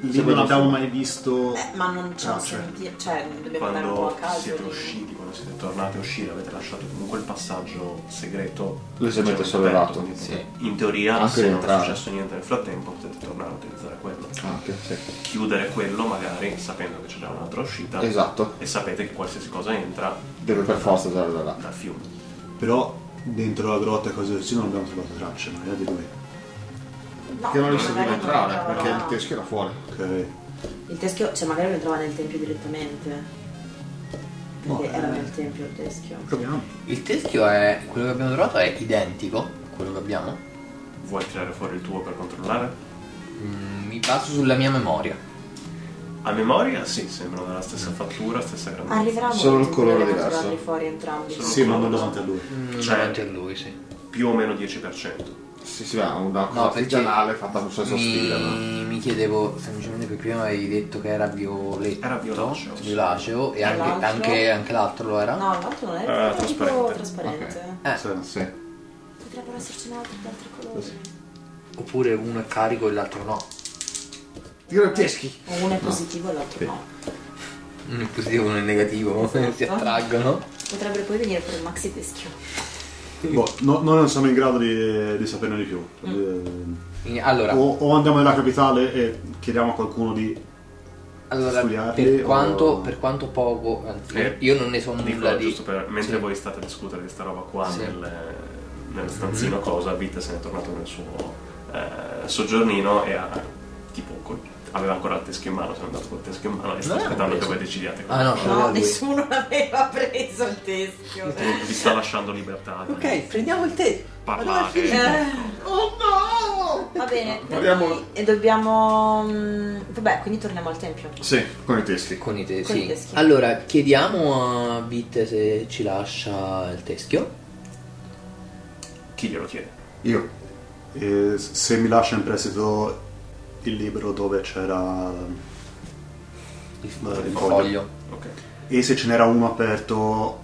Speaker 7: lì
Speaker 2: Sembra
Speaker 7: non abbiamo
Speaker 2: giusto.
Speaker 7: mai visto.
Speaker 5: Eh, ma non ce
Speaker 7: Ah,
Speaker 5: lo
Speaker 7: cioè.
Speaker 5: sentiamo. Cioè, dobbiamo andare un po' a
Speaker 3: Quando
Speaker 5: caso.
Speaker 3: siete
Speaker 5: lì.
Speaker 3: usciti, quando siete tornati a uscire, avete lasciato comunque il passaggio segreto.
Speaker 2: Leggermente
Speaker 3: leggermente
Speaker 2: sollevato.
Speaker 3: aperto, quindi
Speaker 4: Sì.
Speaker 3: In teoria,
Speaker 2: Anche
Speaker 3: se non è
Speaker 2: entrare.
Speaker 3: successo niente nel frattempo, potete tornare a utilizzare quello.
Speaker 2: Anche, sì.
Speaker 3: Chiudere quello magari sapendo che c'è già un'altra uscita.
Speaker 2: Esatto.
Speaker 3: E sapete che qualsiasi cosa entra
Speaker 2: Deve per forza entrare da là.
Speaker 3: dal fiume.
Speaker 7: Però dentro la grotta e cose così non abbiamo trovato tracce, ma di noi.
Speaker 5: No,
Speaker 2: Che non
Speaker 5: magari
Speaker 2: riusciamo a entrare
Speaker 5: entrava-
Speaker 2: perché il teschio era fuori.
Speaker 7: Ok.
Speaker 5: Il teschio, cioè magari lo trova nel tempio direttamente. Perché
Speaker 7: No,
Speaker 5: era
Speaker 7: eh.
Speaker 5: nel tempio il teschio.
Speaker 7: Proviamo.
Speaker 4: Il teschio è. quello che abbiamo trovato è identico a quello che abbiamo.
Speaker 3: Vuoi tirare fuori il tuo per controllare?
Speaker 4: Mm, mi baso sulla mia memoria.
Speaker 3: A memoria sì, sembrano della
Speaker 7: Mm.
Speaker 3: stessa fattura, stessa grandezza.
Speaker 5: Arriverà
Speaker 2: Solo
Speaker 5: molto
Speaker 2: il colore
Speaker 5: tempo,
Speaker 2: diverso.
Speaker 5: tirarli fuori entrambi.
Speaker 3: Solo-
Speaker 7: Sì, ma non davanti a lui.
Speaker 4: Mm,
Speaker 3: Cioè-
Speaker 4: davanti a lui, sì.
Speaker 3: Più o meno 10%.
Speaker 2: Sì, sì, ma una cosa Mm.
Speaker 4: No, perché
Speaker 2: artigianale fatta con senso stile, ma...
Speaker 4: mi, mi chiedevo semplicemente perché prima avevi detto che era violetto.
Speaker 3: Era violaceo.
Speaker 4: violaceo, e anche,
Speaker 5: L'altro?
Speaker 4: anche, anche l'altro lo era.
Speaker 5: No, l'altro non è,
Speaker 3: Ah,
Speaker 5: era tipo
Speaker 3: trasparente.
Speaker 5: trasparente.
Speaker 4: Eh,
Speaker 7: Sì.
Speaker 2: Sì.
Speaker 5: Potrebbero esserci altri di altri colori.
Speaker 4: oppure uno è carico e l'altro no.
Speaker 2: Tiro i teschi!
Speaker 5: O Uno è positivo e l'altro no.
Speaker 4: Mm, Uno Esatto. è positivo, uno è negativo, si attraggono.
Speaker 5: Potrebbe poi venire per il maxi teschio.
Speaker 7: Boh, no- noi non siamo in grado di, di saperne di più.
Speaker 5: Mm.
Speaker 7: Eh,
Speaker 4: In- Allora,
Speaker 7: o, o andiamo nella capitale e chiediamo a qualcuno di...
Speaker 4: allora
Speaker 7: studiarli
Speaker 4: per,
Speaker 7: o-
Speaker 4: quanto, per quanto poco, anzi,
Speaker 3: Eh,
Speaker 4: io non ne so nulla
Speaker 3: Dico,
Speaker 4: di...
Speaker 3: giusto per, mentre
Speaker 4: Sì.
Speaker 3: voi state a discutere di sta roba qua
Speaker 4: Sì.
Speaker 3: nel, nel
Speaker 7: Mm-hmm.
Speaker 3: stanzino cosa, Vita se n'è tornato nel suo eh, soggiornino e ha tipo col- aveva ancora il teschio in mano, se n'è andato col teschio in mano e sta
Speaker 4: Non l'aveva
Speaker 3: aspettando che
Speaker 4: preso.
Speaker 3: voi decidiate
Speaker 4: Ah no, ce l'aveva
Speaker 5: No,
Speaker 4: lui.
Speaker 5: nessuno l'aveva preso il teschio. Eh.
Speaker 3: cosa. Vi sta lasciando libertà di
Speaker 4: Ok, prendiamo il tè.
Speaker 3: parlare.
Speaker 5: Eh,
Speaker 2: Oh no!
Speaker 5: Va bene, da
Speaker 2: Abbiamo-
Speaker 5: qui- e dobbiamo... mm, Vabbè, quindi torniamo al tempio.
Speaker 2: Sì, con i teschi.
Speaker 4: Con i te-
Speaker 5: Con
Speaker 4: sì.
Speaker 5: i teschi.
Speaker 4: Allora, chiediamo a Bit se ci lascia il teschio.
Speaker 3: Chi glielo chiede?
Speaker 2: Io.
Speaker 7: eh, se mi lascia in prestito il libro dove c'era...
Speaker 4: Il
Speaker 7: Beh, il
Speaker 4: foglio.
Speaker 3: Ok.
Speaker 7: E se ce n'era uno aperto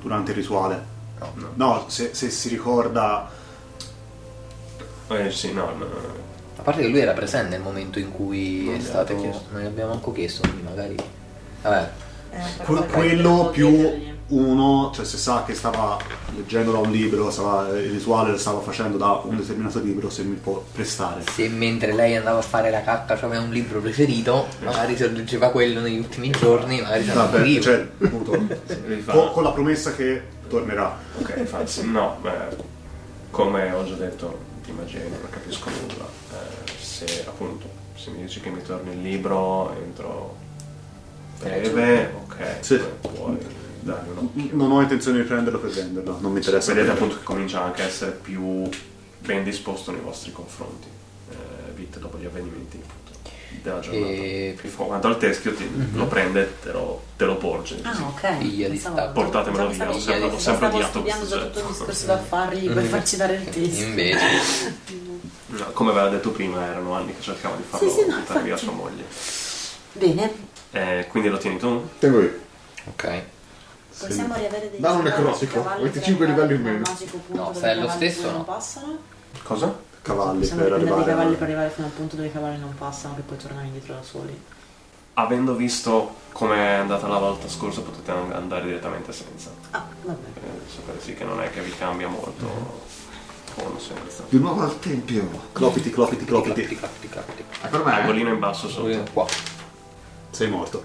Speaker 7: durante il rituale?
Speaker 2: No, no.
Speaker 7: No, se, se si ricorda...
Speaker 3: Eh, sì, no, no, no.
Speaker 4: A parte che lui era presente nel momento in cui
Speaker 3: Non
Speaker 4: è
Speaker 3: gli
Speaker 4: stato.
Speaker 3: avete chiesto.
Speaker 4: Non gli abbiamo anche chiesto, quindi magari. Vabbè,
Speaker 5: Eh, per
Speaker 7: Que-
Speaker 5: guardare
Speaker 7: quello
Speaker 5: tutto dietro
Speaker 7: più
Speaker 5: lì.
Speaker 7: uno, cioè se sa che stava leggendo da un libro, stava, il rituale lo stava facendo da un determinato libro, se mi può prestare.
Speaker 4: se mentre lei andava a fare la cacca aveva un libro preferito, magari se leggeva quello negli ultimi giorni, magari se non
Speaker 7: Vabbè,
Speaker 4: moriva.
Speaker 7: cioè, appunto,
Speaker 3: Devi fare-
Speaker 7: con, con la promessa che tornerà.
Speaker 3: Ok, infatti, no, beh, come ho già detto di magia io non capisco nulla. Eh, se appunto, se mi dici che mi torni il libro entro breve, ok,
Speaker 7: Eh, Sì.
Speaker 3: puoi dargli un occhio.
Speaker 7: Non ho intenzione di prenderlo per venderlo, non mi interessa.
Speaker 3: Vedete appunto che comincia anche a essere più ben disposto nei vostri confronti, eh, Vit, dopo gli avvenimenti appunto,
Speaker 7: Eh,
Speaker 3: della giornata.
Speaker 4: E-
Speaker 3: Fino a Quanto al teschio ti-
Speaker 7: Mhm.
Speaker 3: lo prende, te lo, te lo porge.
Speaker 8: Ah, ok.
Speaker 4: Figlia di
Speaker 8: Pensavo-
Speaker 4: sta-
Speaker 3: Portatemelo via, ho sempre- ho
Speaker 8: Pensavo
Speaker 3: sempre
Speaker 8: stavo
Speaker 3: odiato
Speaker 8: studiando
Speaker 3: questo
Speaker 8: già tutto il
Speaker 3: oggetto.
Speaker 8: discorso da fargli
Speaker 4: Mm.
Speaker 8: per farci dare il test.
Speaker 4: Invece,
Speaker 3: No, Come aveva detto prima, erano anni che cercava di farlo
Speaker 8: sì, no,
Speaker 3: buttare
Speaker 8: infatti.
Speaker 3: via sua moglie.
Speaker 8: Bene,
Speaker 3: Eh, quindi lo tieni tu?
Speaker 2: Tengo io.
Speaker 4: ok.
Speaker 8: possiamo riavere dei
Speaker 2: Da un
Speaker 8: cavalli
Speaker 2: necrotico,
Speaker 8: per
Speaker 2: 25
Speaker 8: arrivare
Speaker 2: livelli in
Speaker 8: fino al
Speaker 2: meno.
Speaker 8: magico punto
Speaker 4: No,
Speaker 8: dove
Speaker 4: se è
Speaker 8: i
Speaker 4: lo
Speaker 8: cavalli
Speaker 4: stesso,
Speaker 8: non
Speaker 4: no.
Speaker 8: passano.
Speaker 3: Cosa?
Speaker 7: Cavalli
Speaker 8: Possiamo
Speaker 7: per
Speaker 8: prendere i
Speaker 7: arrivare...
Speaker 8: cavalli per arrivare fino al punto dove i cavalli non passano, che poi tornano indietro da soli.
Speaker 3: Avendo visto come è andata la volta scorsa, potete an- andare direttamente senza.
Speaker 8: Ah, vabbè.
Speaker 3: Eh, sapete sì che non è che vi cambia molto con senza.
Speaker 2: Di nuovo al tempio.
Speaker 7: Clopiti, clopiti,
Speaker 4: Clapti,
Speaker 7: clopiti.
Speaker 4: clapti, clapti.
Speaker 2: Ancora Ecco,
Speaker 8: Eh,
Speaker 2: me?
Speaker 3: Angolino in basso
Speaker 4: Solo
Speaker 3: sotto.
Speaker 4: qua.
Speaker 7: Sei morto.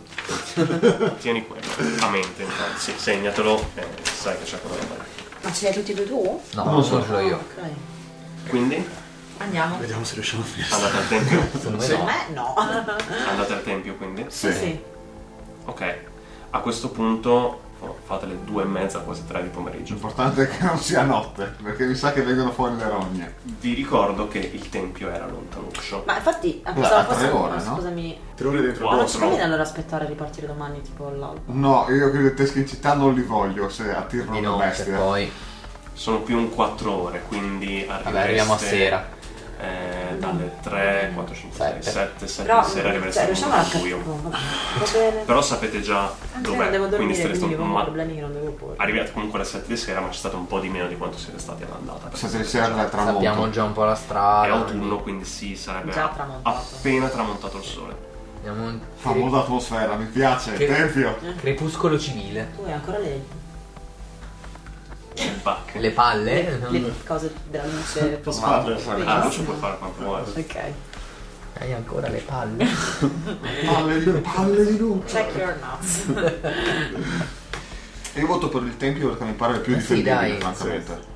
Speaker 3: Tieni quello. A mente, infatti. Sì, segnatelo. eh, sai che c'è quella roba. lì.
Speaker 8: Ma ce li hai tutti e due tu?
Speaker 4: No,
Speaker 2: Non lo so.
Speaker 4: non ce l'ho io.
Speaker 8: Ah, Ok.
Speaker 3: Quindi,
Speaker 5: Andiamo.
Speaker 7: Vediamo se riusciamo a finire.
Speaker 3: andate al tempio.
Speaker 4: Secondo me
Speaker 8: Secondo
Speaker 4: no.
Speaker 8: me no.
Speaker 3: Andate al tempio, quindi.
Speaker 8: Sì, sì.
Speaker 3: Ok. A questo punto oh, fate le due e mezza, quasi tre di pomeriggio.
Speaker 2: L'importante è che non sia notte, perché mi sa che vengono fuori le rogne.
Speaker 3: Vi ricordo che il tempio era lontanuccio.
Speaker 8: Ma infatti, a
Speaker 2: Beh, a tre ore, no?
Speaker 8: Scusami,
Speaker 7: Tre ore dentro.
Speaker 8: ma
Speaker 3: Quattro.
Speaker 8: non ci conviene allora aspettare di partire domani, tipo all'alba?
Speaker 2: No, io credo che teschi in città non li voglio se attirano
Speaker 4: Di
Speaker 2: una
Speaker 4: no,
Speaker 2: bestia.
Speaker 4: per poi.
Speaker 3: Sono più un 4 ore, quindi arrivereste...
Speaker 4: Vabbè, arriviamo a sera.
Speaker 3: eh, dalle 3, 4, 5, 6,
Speaker 4: Sette.
Speaker 3: 7, 7
Speaker 8: Però,
Speaker 3: di sera arrivereste
Speaker 8: cioè,
Speaker 3: al
Speaker 8: riusciamo a
Speaker 3: mondo buio.
Speaker 8: capire. Va bene.
Speaker 3: Però sapete già
Speaker 8: Anche io
Speaker 3: dov'è,
Speaker 8: non devo
Speaker 3: quindi
Speaker 8: dormire,
Speaker 3: sareste-
Speaker 8: quindi ho
Speaker 3: ma-
Speaker 8: problemi che non devo porre.
Speaker 3: Arrivate comunque alle 7 di sera, ma c'è stato un po' di meno di quanto siete stati all'andata. perché
Speaker 2: Sette di sera dal tramonto.
Speaker 4: Sappiamo già un po' la
Speaker 3: È
Speaker 4: strada.
Speaker 3: autunno, quindi sì, sarebbe
Speaker 8: Già tramontato.
Speaker 3: appena tramontato il sole.
Speaker 4: Abbiamo un
Speaker 2: Famosa atmosfera, mi piace.
Speaker 4: Che-
Speaker 2: Tempio.
Speaker 4: crepuscolo civile.
Speaker 8: Tu hai ancora le,
Speaker 3: Le bacche.
Speaker 4: Le palle?
Speaker 8: le- le cose della luce.
Speaker 7: Posso
Speaker 2: Ma-
Speaker 7: farlo?
Speaker 3: La luce puoi fare quanto vuoi.
Speaker 8: Ok.
Speaker 4: Hai ancora le palle?
Speaker 2: Palle di, palle di luce.
Speaker 8: Check your nuts.
Speaker 2: Io voto per il tempio perché mi pare il più
Speaker 4: Eh sì,
Speaker 2: difendibile,
Speaker 4: dai.
Speaker 2: francamente.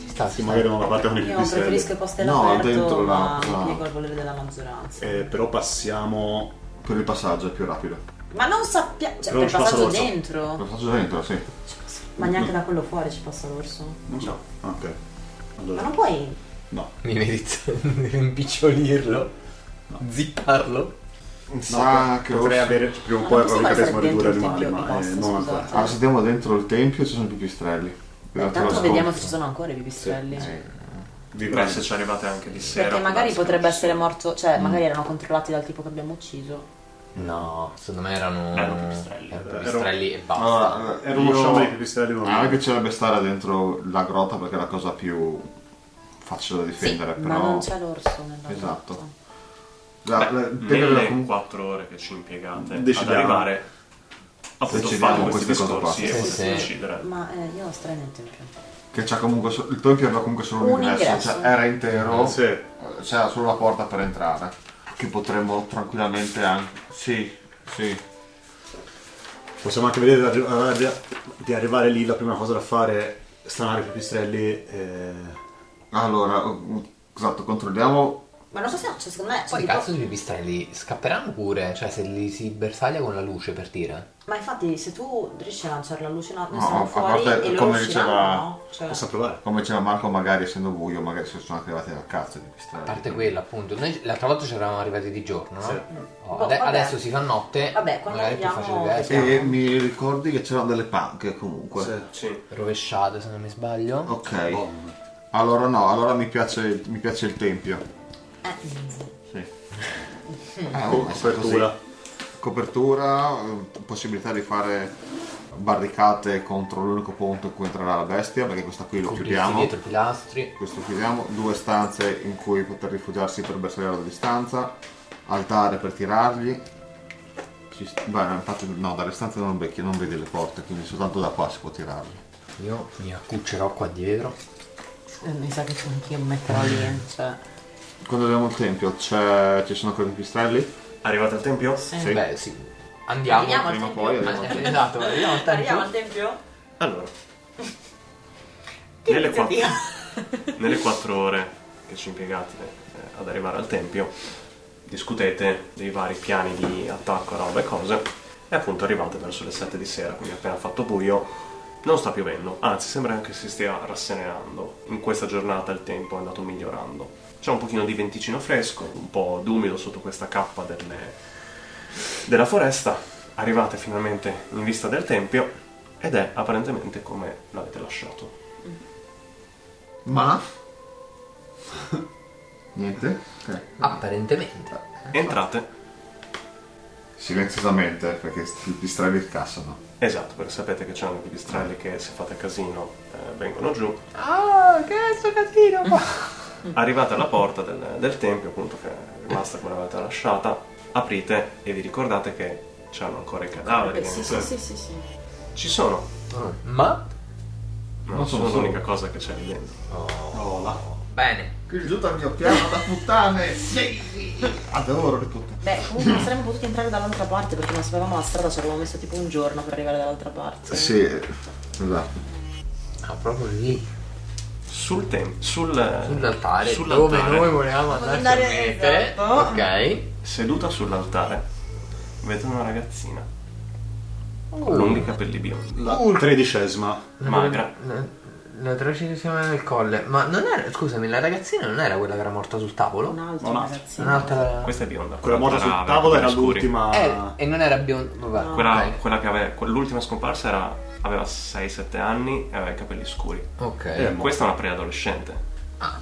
Speaker 4: Ci sta, ci
Speaker 7: Sì,
Speaker 4: sta.
Speaker 7: magari non la parte con i
Speaker 8: Io preferisco i
Speaker 7: pipistrelli.
Speaker 8: posti
Speaker 2: No,
Speaker 8: all'aperto,
Speaker 2: dentro la-
Speaker 8: ma mi
Speaker 2: no.
Speaker 8: piego al volere della maggioranza.
Speaker 7: Eh, però passiamo...
Speaker 2: Per il passaggio è più rapido.
Speaker 8: Ma non sappiamo, cioè
Speaker 7: Però
Speaker 8: per
Speaker 7: ci passa
Speaker 8: passaggio
Speaker 7: l'orso.
Speaker 2: Lo
Speaker 8: dentro.
Speaker 2: faccio dentro, sì.
Speaker 8: Ma neanche da quello fuori ci passa l'orso.
Speaker 7: Non so. Ah, ok.
Speaker 8: Ma
Speaker 7: Allora...
Speaker 8: non puoi...
Speaker 7: No.
Speaker 4: Mi merito di rimpicciolirlo. Zipparlo.
Speaker 2: Sacro.
Speaker 7: potrei avere prima o
Speaker 8: Ma
Speaker 7: poi
Speaker 8: non possiamo
Speaker 7: avrò
Speaker 8: essere
Speaker 7: capito ridurre
Speaker 8: dentro
Speaker 7: animali,
Speaker 8: il tempio e
Speaker 7: ma eh, non
Speaker 8: basta, scusate.
Speaker 7: ancora.
Speaker 2: Allora, Ah, se andiamo dentro il tempio ci sono i pipistrelli.
Speaker 8: Beh, tanto vediamo se ci sono ancora i pipistrelli.
Speaker 7: Vi
Speaker 3: Beh, se ci arrivate anche di sera.
Speaker 8: Perché
Speaker 3: può
Speaker 8: magari
Speaker 3: darsi che
Speaker 8: potrebbe
Speaker 3: non sia.
Speaker 8: essere morto, cioè
Speaker 2: Mm.
Speaker 8: magari erano controllati dal tipo che abbiamo ucciso.
Speaker 4: No, secondo me erano.
Speaker 3: Erano pipistrelli.
Speaker 4: erano pipistrelli e basta.
Speaker 2: Allora,
Speaker 7: Era uno sciame di pipistrelli
Speaker 2: A me
Speaker 7: normali.
Speaker 2: piacerebbe stare dentro la grotta perché è la cosa più facile da difendere,
Speaker 8: Ma non
Speaker 2: Eh, però
Speaker 8: c'è l'orso nella
Speaker 2: Esatto.
Speaker 8: grotta.
Speaker 2: la, la-
Speaker 3: Beh,
Speaker 2: Ah, deve avere
Speaker 3: nelle
Speaker 2: comunque-
Speaker 3: 4 ore che ci impiegate
Speaker 7: Decidiamo.
Speaker 3: ad arrivare appunto
Speaker 2: Decidiamo
Speaker 3: fanno questi
Speaker 2: queste cose qua.
Speaker 3: discorsi e
Speaker 4: Sì,
Speaker 3: possono
Speaker 4: sì.
Speaker 3: decidere.
Speaker 8: Ma eh, io ho strane nel tempio.
Speaker 2: Che c'ha comunque so- il tempio aveva comunque solo un,
Speaker 8: Un
Speaker 2: ingresso,
Speaker 8: ingresso.
Speaker 2: cioè era intero,
Speaker 7: Sì.
Speaker 2: eh, c'era solo la porta per entrare. Che potremmo tranquillamente anche. Sì, sì.
Speaker 7: Possiamo anche vedere di, arri- di arrivare lì, la prima cosa da fare è stanare i pipistrelli. eh,
Speaker 2: Allora, mm, esatto, controlliamo.
Speaker 8: Ma non possiamo, cioè, secondo me.
Speaker 4: Ma
Speaker 8: poi
Speaker 4: i
Speaker 8: dopo-
Speaker 4: cazzo di pipistrelli scapperanno pure, cioè se li si bersaglia con la luce per dire.
Speaker 8: Ma infatti, se tu riesci a lanciare la luce, no, noi
Speaker 2: No,
Speaker 8: siamo
Speaker 2: a
Speaker 8: fuori
Speaker 2: parte,
Speaker 8: e loro
Speaker 2: come
Speaker 8: usciranno,
Speaker 2: diceva-
Speaker 8: no? Cioè,
Speaker 7: Possiamo provare.
Speaker 2: Come diceva Marco, magari essendo buio, magari si sono anche arrivati dal cazzo di
Speaker 4: A
Speaker 2: pistrelli.
Speaker 4: parte quello, appunto. Noi l'altra volta ci eravamo arrivati di giorno, no?
Speaker 7: Sì.
Speaker 4: Oh,
Speaker 8: Boh,
Speaker 4: ade-
Speaker 8: vabbè.
Speaker 4: adesso si fa notte,
Speaker 8: Vabbè, quando
Speaker 4: magari è più
Speaker 8: arriviamo-
Speaker 4: facile diverso.
Speaker 2: E mi ricordi che c'erano delle panche comunque.
Speaker 7: Sì.
Speaker 3: Sì.
Speaker 4: Rovesciate se non mi sbaglio.
Speaker 2: Ok.
Speaker 7: Bombe.
Speaker 2: Allora no, allora mi piace, mi piace il tempio.
Speaker 8: eh,
Speaker 2: Sì. Ah, oh, è stato
Speaker 7: Apertura.
Speaker 2: così. Copertura, eh, possibilità di fare barricate contro l'unico punto in cui entrerà la bestia, perché questa qui lo
Speaker 4: Coprirsi
Speaker 2: chiudiamo.
Speaker 4: dietro i pilastri.
Speaker 2: Questo lo chiudiamo, due stanze in cui poter rifugiarsi per bersagliare la distanza, altare per tirargli. Ci st- Beh, no, infatti no, dalle stanze non becchi, non vedi le porte, quindi soltanto da qua si può tirarli.
Speaker 4: Io mi accuccerò qua dietro.
Speaker 8: eh, mi sa che anch'io mi metterò lì. eh, Cioè,
Speaker 2: Quando abbiamo il tempio c'è- ci sono ancora i pipistrelli?
Speaker 3: Arrivate al tempio?
Speaker 8: Eh.
Speaker 2: Sì.
Speaker 4: Beh, sì. Andiamo.
Speaker 8: Arriviamo
Speaker 2: prima
Speaker 8: al
Speaker 2: o poi
Speaker 8: tempio.
Speaker 2: arriviamo.
Speaker 4: Esatto, arriviamo al
Speaker 8: Arriviamo al
Speaker 4: tempio.
Speaker 8: tempio?
Speaker 3: Allora,
Speaker 8: Che
Speaker 3: Nelle
Speaker 8: iniziativa?
Speaker 3: nelle quattro ore che ci impiegate eh, ad arrivare al tempio, discutete dei vari piani di attacco, roba e cose, e appunto arrivate verso le 7 di sera, quindi appena fatto buio, non sta piovendo, anzi sembra anche si stia rasserenando. In questa giornata il tempo è andato migliorando. C'è un pochino di venticino fresco, un po' d'umido sotto questa cappa delle- della foresta. Arrivate finalmente in vista del tempio ed è apparentemente come l'avete lasciato.
Speaker 2: Ma? Niente? Ok.
Speaker 4: Apparentemente.
Speaker 5: Ecco.
Speaker 3: Entrate
Speaker 2: Silenziosamente, perché i pistrelli cassano.
Speaker 3: Esatto, perché sapete che c'erano i pipistrelli che se fate casino eh, vengono giù.
Speaker 5: Mm.
Speaker 4: Ah,
Speaker 8: Oh,
Speaker 4: che sto casino
Speaker 3: Arrivate alla porta del, del tempio, appunto, che è rimasta come l'avete lasciata, aprite e vi ricordate che c'erano ancora i cadaveri.
Speaker 5: Sì, sì,
Speaker 3: dentro.
Speaker 5: sì, sì, sì.
Speaker 3: Ci sono,
Speaker 4: Mm. Ma?
Speaker 3: ma
Speaker 2: Non
Speaker 3: non
Speaker 2: sono
Speaker 3: sono
Speaker 2: solo.
Speaker 3: l'unica cosa che c'è lì dentro.
Speaker 4: Bene.
Speaker 2: Qui giù dal mio piano da puttane! Sì! Adoro le puttane.
Speaker 8: Beh, comunque non saremmo potuti entrare dall'altra parte perché non sapevamo la strada, ci avevamo messo tipo un giorno per arrivare dall'altra parte.
Speaker 2: Sì, esatto.
Speaker 4: Ah, proprio lì.
Speaker 3: Sul tempio, sul,
Speaker 4: Sull'altare.
Speaker 3: sull'altare,
Speaker 4: Dove noi volevamo andarci a
Speaker 8: andare-
Speaker 4: mettere.
Speaker 8: esatto.
Speaker 4: Ok.
Speaker 3: seduta sull'altare, vedete una ragazzina,
Speaker 4: Uh,
Speaker 3: con lunghi capelli biondi,
Speaker 7: La tredicesima.
Speaker 3: magra.
Speaker 4: La- La tredicesima del colle. Ma non era. Scusami, la ragazzina non era quella che era morta sul tavolo?
Speaker 8: Un'altra
Speaker 7: Un'altra.
Speaker 8: ragazzina.
Speaker 4: Un'altra.
Speaker 3: Questa è bionda.
Speaker 7: Quella morta sul
Speaker 3: piave,
Speaker 7: tavolo era
Speaker 3: capelli scuri.
Speaker 7: l'ultima.
Speaker 4: Eh, e non era bionda. Vabbè.
Speaker 3: Quella,
Speaker 4: ok.
Speaker 3: quella che aveva, que- l'ultima scomparsa era, aveva 6-7 anni e aveva i capelli scuri.
Speaker 4: Ok.
Speaker 7: Eh, mo-
Speaker 3: Questa è una preadolescente.
Speaker 4: Ah.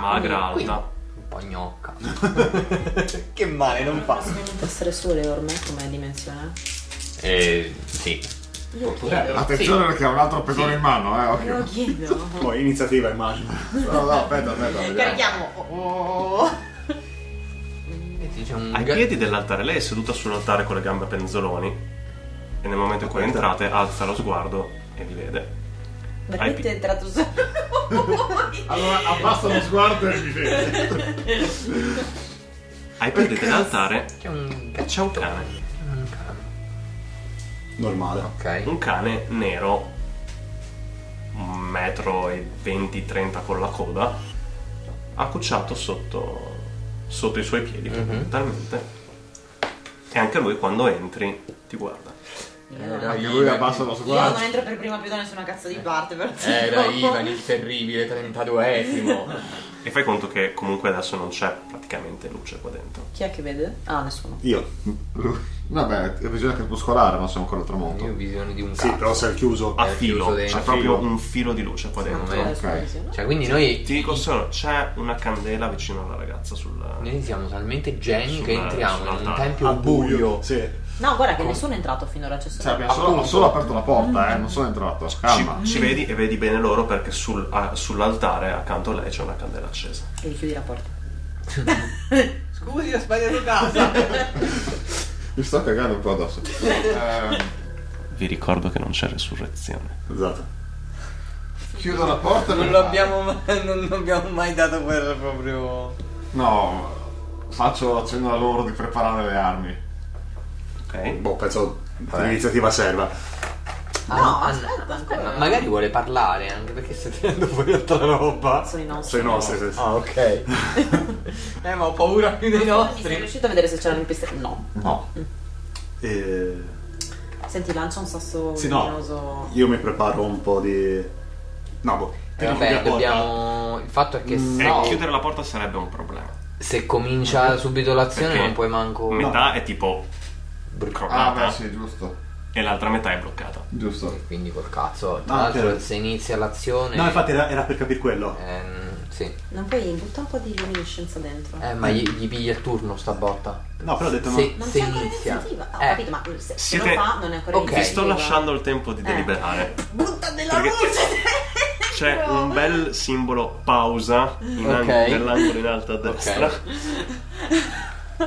Speaker 3: Magra, alta.
Speaker 4: Un po' gnocca. che male non fa.
Speaker 5: Possono essere sole orme come dimensione?
Speaker 4: Eh, sì.
Speaker 2: Eh,
Speaker 4: Oppure-
Speaker 2: Attenzione perché ha un altro pedone in mano, eh,
Speaker 5: Te lo
Speaker 2: occhio.
Speaker 5: chiedo.
Speaker 7: Poi iniziativa immagino.
Speaker 2: No, no, aspetta, aspetta, vediamo.
Speaker 8: Carichiamo! Oh, oh.
Speaker 4: sì. Metti, c'è un
Speaker 3: Ai
Speaker 4: ga-
Speaker 3: piedi dell'altare, lei è seduta sull'altare con le gambe a penzoloni. E nel momento in cui entrate, alza lo sguardo e vi vede.
Speaker 8: Veramente è entrato su.
Speaker 2: Allora abbassa lo sguardo e mi vede.
Speaker 3: Ai piedi dell'altare
Speaker 4: C'è un gatto.
Speaker 3: c'è un cane.
Speaker 4: Un cane.
Speaker 7: Normale.
Speaker 4: Ok.
Speaker 3: Un cane nero, un metro e 20-30 con la coda, accucciato sotto, sotto i suoi
Speaker 4: Mhm.
Speaker 3: piedi, fondamentalmente. E anche lui, quando entri, ti guarda.
Speaker 2: Eh, Anche lui abbassa lo
Speaker 8: Io non
Speaker 2: sguardo.
Speaker 8: entro per prima più da nessuna cazzo di parte, però
Speaker 4: Era Eh, Ivan il terribile 32esimo.
Speaker 3: E fai conto che comunque adesso non c'è praticamente luce qua dentro.
Speaker 8: Chi è che vede? Ah, nessuno.
Speaker 7: Io.
Speaker 2: Vabbè, è visione crepuscolare, ma siamo ancora al
Speaker 4: Io ho
Speaker 2: tramonto.
Speaker 4: visione di un
Speaker 7: Sì,
Speaker 4: cazzo.
Speaker 7: però se è chiuso.
Speaker 3: A
Speaker 4: È
Speaker 3: filo,
Speaker 4: chiuso
Speaker 3: c'è
Speaker 4: dentro.
Speaker 3: proprio
Speaker 2: Filo.
Speaker 3: un filo di luce qua dentro.
Speaker 4: Secondo me-
Speaker 8: Adesso
Speaker 2: Ok.
Speaker 8: visione.
Speaker 4: Cioè, quindi noi.
Speaker 3: Ti dico solo, c'è una candela vicino alla ragazza sul...
Speaker 4: Noi siamo talmente geni
Speaker 3: Sulla-
Speaker 4: che entriamo in un
Speaker 3: sull'altare.
Speaker 4: tempio buio.
Speaker 7: Sì.
Speaker 8: No, guarda che nessuno è entrato finora, c'è
Speaker 2: Cioè,
Speaker 8: solo.
Speaker 2: abbiamo solo, ho solo aperto la porta, eh, non sono entrato.
Speaker 3: Ci,
Speaker 2: Calma.
Speaker 3: ci vedi e vedi bene loro perché sul- a- sull'altare accanto a lei c'è una candela accesa.
Speaker 8: E richiudi la porta.
Speaker 4: Scusi, ho sbagliato casa.
Speaker 2: Mi sto cagando un po' addosso. Ehm,
Speaker 3: vi ricordo che non c'è resurrezione.
Speaker 7: Esatto.
Speaker 2: Chiudo la porta e
Speaker 9: Non
Speaker 2: me ne
Speaker 9: l'abbiamo mai, non abbiamo mai dato quel proprio.
Speaker 2: vado. No, faccio accenno a loro di preparare le armi.
Speaker 3: Ok?
Speaker 7: Boh, penso che l'iniziativa serva.
Speaker 8: No, aspetta, ancora.
Speaker 4: Ah, magari vuole parlare anche perché stai tenendo fuori altra roba.
Speaker 8: Sono i nostri.
Speaker 7: Sono i nostri. sì, sì.
Speaker 4: Ah, ok. eh, ma ho paura più dei
Speaker 8: Sei
Speaker 4: nostri.
Speaker 8: riuscito a vedere se c'era l'impesta? No.
Speaker 2: No.
Speaker 7: E...
Speaker 8: Senti, lancia un sasso
Speaker 7: Sì, no.
Speaker 8: luminoso.
Speaker 7: Io mi preparo un po' di... No, boh.
Speaker 4: Eh,
Speaker 7: tiro fuori la
Speaker 4: vabbè,
Speaker 7: porta.
Speaker 4: dobbiamo. Il fatto è che
Speaker 3: E
Speaker 4: se no,
Speaker 3: chiudere la porta sarebbe un problema.
Speaker 4: se comincia subito l'azione
Speaker 3: Perché
Speaker 4: non puoi manco.
Speaker 3: Metà è tipo
Speaker 2: Ah,
Speaker 3: crollata
Speaker 2: beh, sì, giusto.
Speaker 3: e l'altra metà è bloccata.
Speaker 2: Giusto.
Speaker 4: Quindi col cazzo. Tra
Speaker 7: Ah, ok.
Speaker 4: l'altro se inizia l'azione.
Speaker 7: No, infatti era, era per capire quello.
Speaker 4: ehm, sì.
Speaker 8: Non puoi buttare un po' di luminescenza dentro.
Speaker 4: Eh, ma gli, gli piglia il turno sta botta.
Speaker 7: No, però ho detto
Speaker 4: Se,
Speaker 8: Non
Speaker 4: se
Speaker 8: c'è ancora
Speaker 4: inizia.
Speaker 8: l'iniziativa. Ah, Ho
Speaker 4: Eh,
Speaker 8: capito, ma se- se,
Speaker 3: Siete-
Speaker 8: lo fa non è ancora
Speaker 4: Ok. Ti
Speaker 3: Ti sto
Speaker 8: l'iniziativa.
Speaker 3: lasciando il tempo di
Speaker 8: Eh.
Speaker 3: deliberare.
Speaker 8: Butta della
Speaker 3: Perché-
Speaker 8: luce!
Speaker 3: C'è
Speaker 8: dentro!
Speaker 3: un bel simbolo pausa in
Speaker 4: Ok.
Speaker 3: ang- nell'angolo in alto a destra.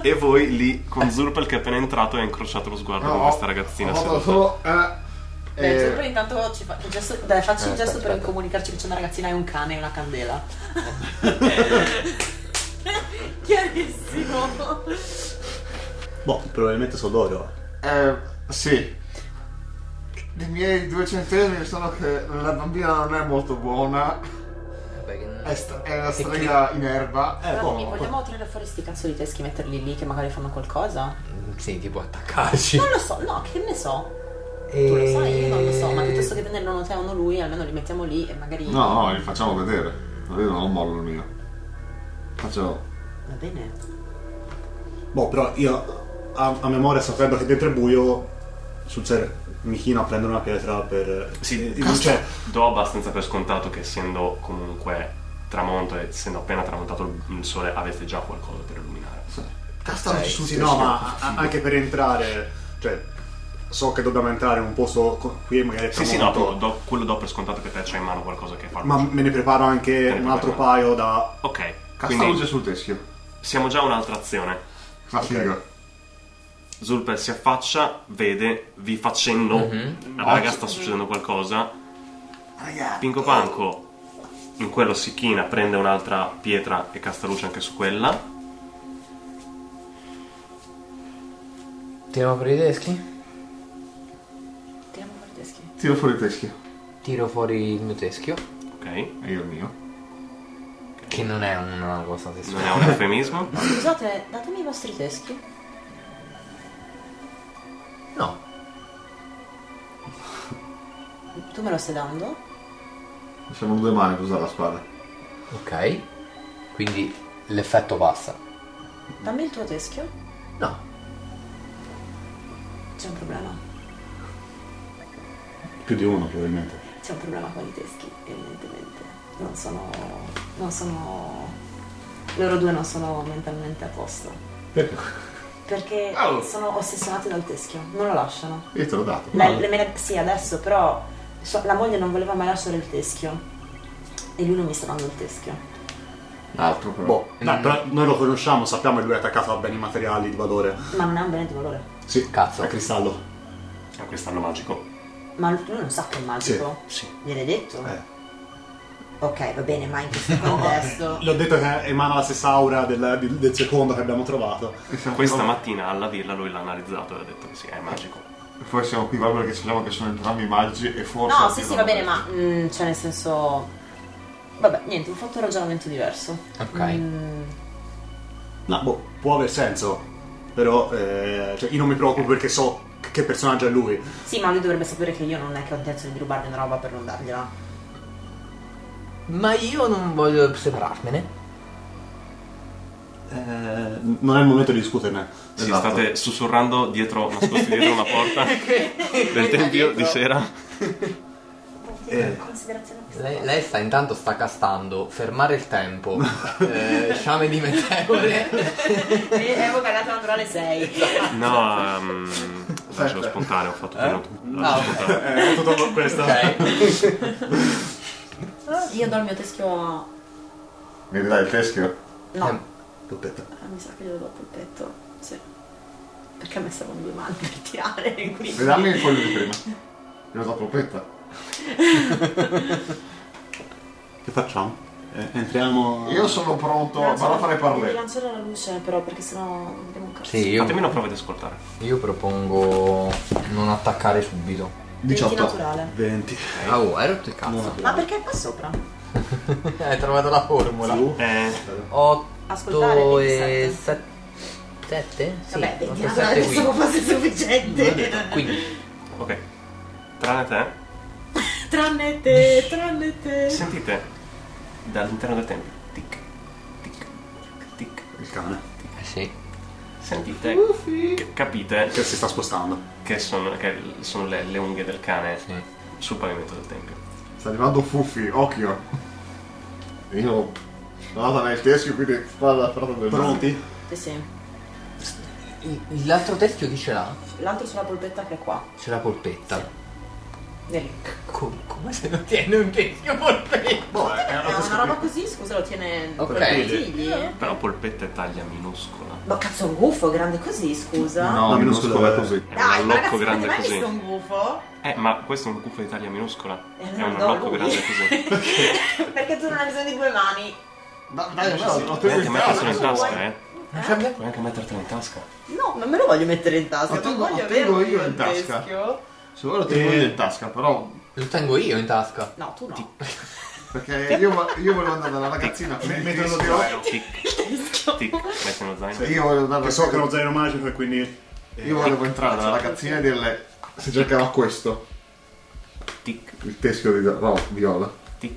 Speaker 3: E voi lì con Zurpel che è appena entrato e ha incrociato lo sguardo con questa ragazzina
Speaker 2: Ho fatto
Speaker 3: seduta.
Speaker 2: solo... eh,
Speaker 8: Beh, cioè,
Speaker 2: eh,
Speaker 8: Zucchero intanto ci fa il gesto, dai, facci
Speaker 4: Eh,
Speaker 8: un gesto
Speaker 4: aspetta,
Speaker 8: per
Speaker 4: aspetta.
Speaker 8: comunicarci che c'è una ragazzina e un cane e una candela. Chiarissimo.
Speaker 7: Boh, probabilmente sono loro.
Speaker 2: Eh, sì. I miei due centesimi sono che la bambina non è molto buona,
Speaker 4: vabbè, che-
Speaker 2: è, st- è una
Speaker 4: che-
Speaker 2: strega in erba.
Speaker 7: Eh, boh,
Speaker 8: Rami, vogliamo tirare fuori sti cazzo di teschi e metterli lì che magari fanno qualcosa?
Speaker 4: Sì, tipo attaccarci.
Speaker 8: Non lo so, no, che ne so. Tu lo sai, io non lo so, ma piuttosto che tenerlo uno te e uno lui, almeno li mettiamo lì e magari...
Speaker 2: No, no, li facciamo vedere. Ma Io non mollo il mio. Faccio...
Speaker 8: Va bene.
Speaker 7: Boh, però io a, a memoria sapendo che dentro è buio, sul serio mi chino a prendere una pietra per... eh, cioè,
Speaker 3: Sì, cioè,
Speaker 7: non c'è.
Speaker 3: do abbastanza per scontato che essendo comunque tramonto e essendo appena tramontato il il sole avete già qualcosa per illuminare.
Speaker 2: Castano
Speaker 4: Ok,
Speaker 2: su
Speaker 7: Eh, Sì,
Speaker 2: te,
Speaker 7: no,
Speaker 2: sì.
Speaker 7: ma a- anche per entrare, cioè, so che dobbiamo entrare in un posto co- qui e magari è
Speaker 3: Sì, sì, no,
Speaker 7: tramonto,
Speaker 3: quello do, quello do per scontato che te c'hai in mano qualcosa che fa
Speaker 7: ma
Speaker 3: luce.
Speaker 7: me ne preparo anche
Speaker 3: ne
Speaker 7: un altro
Speaker 3: preparo.
Speaker 7: paio da...
Speaker 3: Ok,
Speaker 2: Casta
Speaker 3: quindi
Speaker 2: luce sul teschio.
Speaker 3: siamo già a un'altra azione.
Speaker 2: Fa figa.
Speaker 3: Zulpel si affaccia, vede, vi fa cenno. Raga, sta succedendo qualcosa. Pinco Panco in quello si china, prende un'altra pietra e casta luce anche su quella.
Speaker 4: Tiro fuori i teschi?
Speaker 8: Tiriamo fuori i teschi.
Speaker 2: Tiro fuori il teschio.
Speaker 4: Tiro fuori il mio teschio.
Speaker 3: Ok,
Speaker 2: E io il mio.
Speaker 4: Che non è una cosa
Speaker 3: non
Speaker 4: sessuale.
Speaker 3: è un eufemismo.
Speaker 8: Scusate, datemi i vostri teschi.
Speaker 4: No.
Speaker 8: Tu me lo stai dando?
Speaker 2: Siamo due mani per usare la spada.
Speaker 4: Ok. Quindi l'effetto passa.
Speaker 8: Dammi il tuo teschio.
Speaker 4: No.
Speaker 8: C'è un problema.
Speaker 7: Più di uno probabilmente.
Speaker 8: C'è un problema con i teschi, evidentemente. Non sono. non sono. loro due non sono mentalmente a posto. Perché? Perché
Speaker 2: Oh.
Speaker 8: sono ossessionati dal teschio, non lo lasciano.
Speaker 2: Io te l'ho dato.
Speaker 8: La- le- me la- sì, adesso, però so- la moglie non voleva mai lasciare il teschio. E lui non mi sta dando il teschio.
Speaker 2: L'altro però.
Speaker 7: Boh, dai, però noi lo conosciamo, sappiamo che lui è attaccato a beni materiali di valore.
Speaker 8: Ma non è un bene di valore.
Speaker 7: Sì,
Speaker 4: Cazzo.
Speaker 7: È cristallo.
Speaker 3: È quest'anno magico.
Speaker 8: Ma lui non sa che è magico.
Speaker 3: Sì.
Speaker 8: Gliel'hai detto?
Speaker 7: Eh.
Speaker 8: Ok, va bene, ma in questo contesto.
Speaker 7: L'ho detto che emana la stessa aura del, del- del secondo che abbiamo trovato.
Speaker 3: Questa mattina alla villa lui l'ha analizzato e ha detto che sì, è magico.
Speaker 2: E poi siamo qui proprio perché sappiamo che sono entrambi magici e forse...
Speaker 5: Cioè,
Speaker 8: No, sì, sì, va bene, ma mm, cioè nel senso. Vabbè, niente, ho fatto un ragionamento diverso.
Speaker 4: Ok.
Speaker 8: Mm,
Speaker 7: No, boh, può aver senso. Però eh, cioè, io non mi preoccupo perché so che personaggio è lui.
Speaker 8: sì, ma lui dovrebbe sapere che io non è che ho intenzione di rubargli una roba per non dargliela.
Speaker 4: Ma io non voglio separarmene.
Speaker 7: Eh, non è il momento di discuterne.
Speaker 3: Si
Speaker 2: Esatto.
Speaker 3: state sussurrando dietro, nascosti dietro una porta del tempio di sera.
Speaker 7: Eh,
Speaker 4: Lei, lei sta intanto sta castando Fermare il tempo eh, Sciame di meteore
Speaker 5: Eh,
Speaker 8: E avevo cagato naturale 6.
Speaker 3: No, ehm, lascialo spontaneo, ho fatto quello tu.
Speaker 4: Ah,
Speaker 3: Lascialo
Speaker 4: ok.
Speaker 3: spontaneo.
Speaker 7: eh, tutto questo.
Speaker 4: Ok
Speaker 8: Io do il mio teschio a.
Speaker 2: Mi dai il teschio?
Speaker 8: No,
Speaker 4: Eh,
Speaker 7: Aspetta.
Speaker 6: Ah, mi sa che glielo do col petto. Sì. Perché a me servono due mani per tirare, quindi.
Speaker 2: Dammi il foglio di prima. È una trompetta.
Speaker 7: Che facciamo? Eh, entriamo.
Speaker 2: Io sono pronto, vado a fare
Speaker 5: Devi
Speaker 2: parlare.
Speaker 5: lanciare la luce però perché sennò abbiamo un cazzo.
Speaker 4: Sì, io,
Speaker 3: Fatemi una prova di ascoltare.
Speaker 4: io propongo non attaccare subito.
Speaker 2: 18.
Speaker 5: naturale.
Speaker 7: 20.
Speaker 4: Ah, oh, hai rotto il cazzo.
Speaker 7: No.
Speaker 5: Ma perché qua sopra?
Speaker 4: hai trovato la formula.
Speaker 7: Su.
Speaker 3: Eh,
Speaker 4: 8
Speaker 5: Ascoltare,
Speaker 4: e
Speaker 5: sette.
Speaker 4: 7. 7? Sì,
Speaker 5: Vabbè, vedi,
Speaker 4: 8 e
Speaker 5: naturale
Speaker 4: 7
Speaker 5: pensavo fosse sufficiente.
Speaker 4: 15. 15.
Speaker 3: ok. Tranne te,
Speaker 5: tranne te, tranne
Speaker 3: Eh,
Speaker 5: te.
Speaker 3: sentite dall'interno del tempio. Tic, tic, tic.
Speaker 7: Il cane.
Speaker 4: Eh sì.
Speaker 3: Sentite, che- capite
Speaker 7: Che si sta spostando.
Speaker 3: che sono, che sono le, le unghie del cane
Speaker 4: Sì.
Speaker 3: sul pavimento del tempio.
Speaker 2: Sta arrivando Fuffi, occhio. Io non vado nel teschio, quindi vado a fare del
Speaker 7: Pronti?
Speaker 5: Sì.
Speaker 4: Il- L'altro teschio chi ce l'ha?
Speaker 5: L'altro sulla polpetta che è qua.
Speaker 4: C'è la polpetta.
Speaker 5: Nel-
Speaker 4: Co- come se lo tiene un teschio polpetta?
Speaker 7: Boh, è
Speaker 5: È una roba così, scusa, lo tiene
Speaker 4: Ok.
Speaker 5: con i consigli?
Speaker 3: Però polpetta è taglia minuscola.
Speaker 5: Ma cazzo, un gufo grande così, scusa.
Speaker 2: No,
Speaker 7: No,
Speaker 2: minuscolo
Speaker 7: minuscolo
Speaker 2: è
Speaker 7: è-
Speaker 2: così.
Speaker 3: È
Speaker 5: Dai,
Speaker 3: un allocco
Speaker 5: ma ragazzi,
Speaker 3: grande
Speaker 5: avete mai
Speaker 3: così.
Speaker 5: visto un gufo?
Speaker 3: Eh, ma questo è un gufo di taglia minuscola.
Speaker 5: Eh,
Speaker 3: È
Speaker 5: allora
Speaker 3: un
Speaker 5: do
Speaker 3: allocco
Speaker 5: lui.
Speaker 3: grande così.
Speaker 5: Perché tu non hai bisogno di due mani.
Speaker 2: Dai, dai, ho
Speaker 3: Puoi
Speaker 2: teso
Speaker 3: anche
Speaker 2: in
Speaker 3: mettertelo in
Speaker 2: tasca.
Speaker 3: tasca, eh.
Speaker 4: Cambia-
Speaker 3: Puoi anche mettertelo in tasca.
Speaker 5: No, ma me lo voglio mettere in tasca.
Speaker 2: Lo
Speaker 5: non
Speaker 2: tengo-
Speaker 5: voglio
Speaker 2: lo tengo
Speaker 5: averlo
Speaker 2: io
Speaker 5: il
Speaker 2: in tasca.
Speaker 5: teschio.
Speaker 2: Se vuoi lo tengo
Speaker 7: Eh.
Speaker 2: io in tasca, però...
Speaker 4: Lo tengo io in tasca.
Speaker 5: No, tu no.
Speaker 2: Perché io, vo- io volevo andare dalla ragazzina con il
Speaker 7: metterlo
Speaker 2: teschio.
Speaker 3: Tic, tic, metti nello zaino.
Speaker 2: Cioè, Io volevo andare
Speaker 7: Che so che è uno zaino magico e quindi.
Speaker 2: Io volevo entrare dalla ragazzina e dirle se cercava questo,
Speaker 3: Tic,
Speaker 2: il teschio di no, viola.
Speaker 3: tic,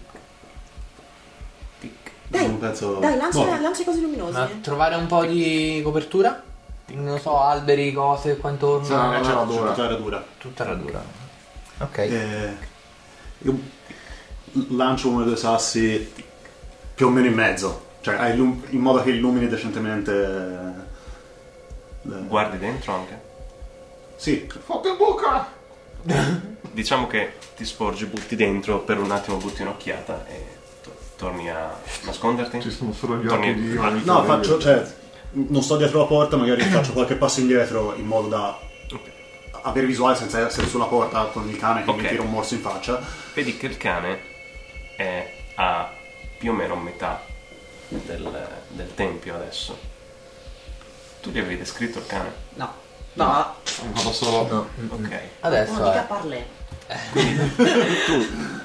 Speaker 3: tic.
Speaker 7: Non penso.
Speaker 5: Dai, lancia,
Speaker 7: Boh,
Speaker 5: lancia cose
Speaker 4: Ma
Speaker 5: luminose.
Speaker 4: trovare un po' di copertura? Non so, alberi, cose qua intorno.
Speaker 2: Sarà-
Speaker 7: eh,
Speaker 2: la
Speaker 7: c'è- c'è
Speaker 2: dura.
Speaker 7: tutta la dura.
Speaker 4: Tutta radura. Ok.
Speaker 7: Eh, io lancio uno dei due sassi più o meno in mezzo, cioè a illum- in modo che illumini decentemente. le-
Speaker 3: Guardi dentro anche.
Speaker 7: Sì,
Speaker 2: Fate buca!
Speaker 3: Diciamo che ti sporgi, butti dentro, per un attimo butti un'occhiata e to- torni a nasconderti.
Speaker 2: Ci sono solo gli
Speaker 3: Torni-
Speaker 2: occhi di
Speaker 3: ah,
Speaker 7: no, faccio. Cioè, non sto dietro la porta, magari faccio qualche passo indietro in modo da
Speaker 3: Ok.
Speaker 7: avere visuale senza essere sulla porta con il cane che
Speaker 3: Ok.
Speaker 7: mi tira un morso in faccia.
Speaker 3: Vedi che il cane è a più o meno metà del, del tempio adesso. Tu gli avevi descritto il cane?
Speaker 5: No. No.
Speaker 2: Vado solo.
Speaker 3: Ok.
Speaker 5: Non
Speaker 4: Adesso
Speaker 5: mica
Speaker 4: è.
Speaker 5: parlè.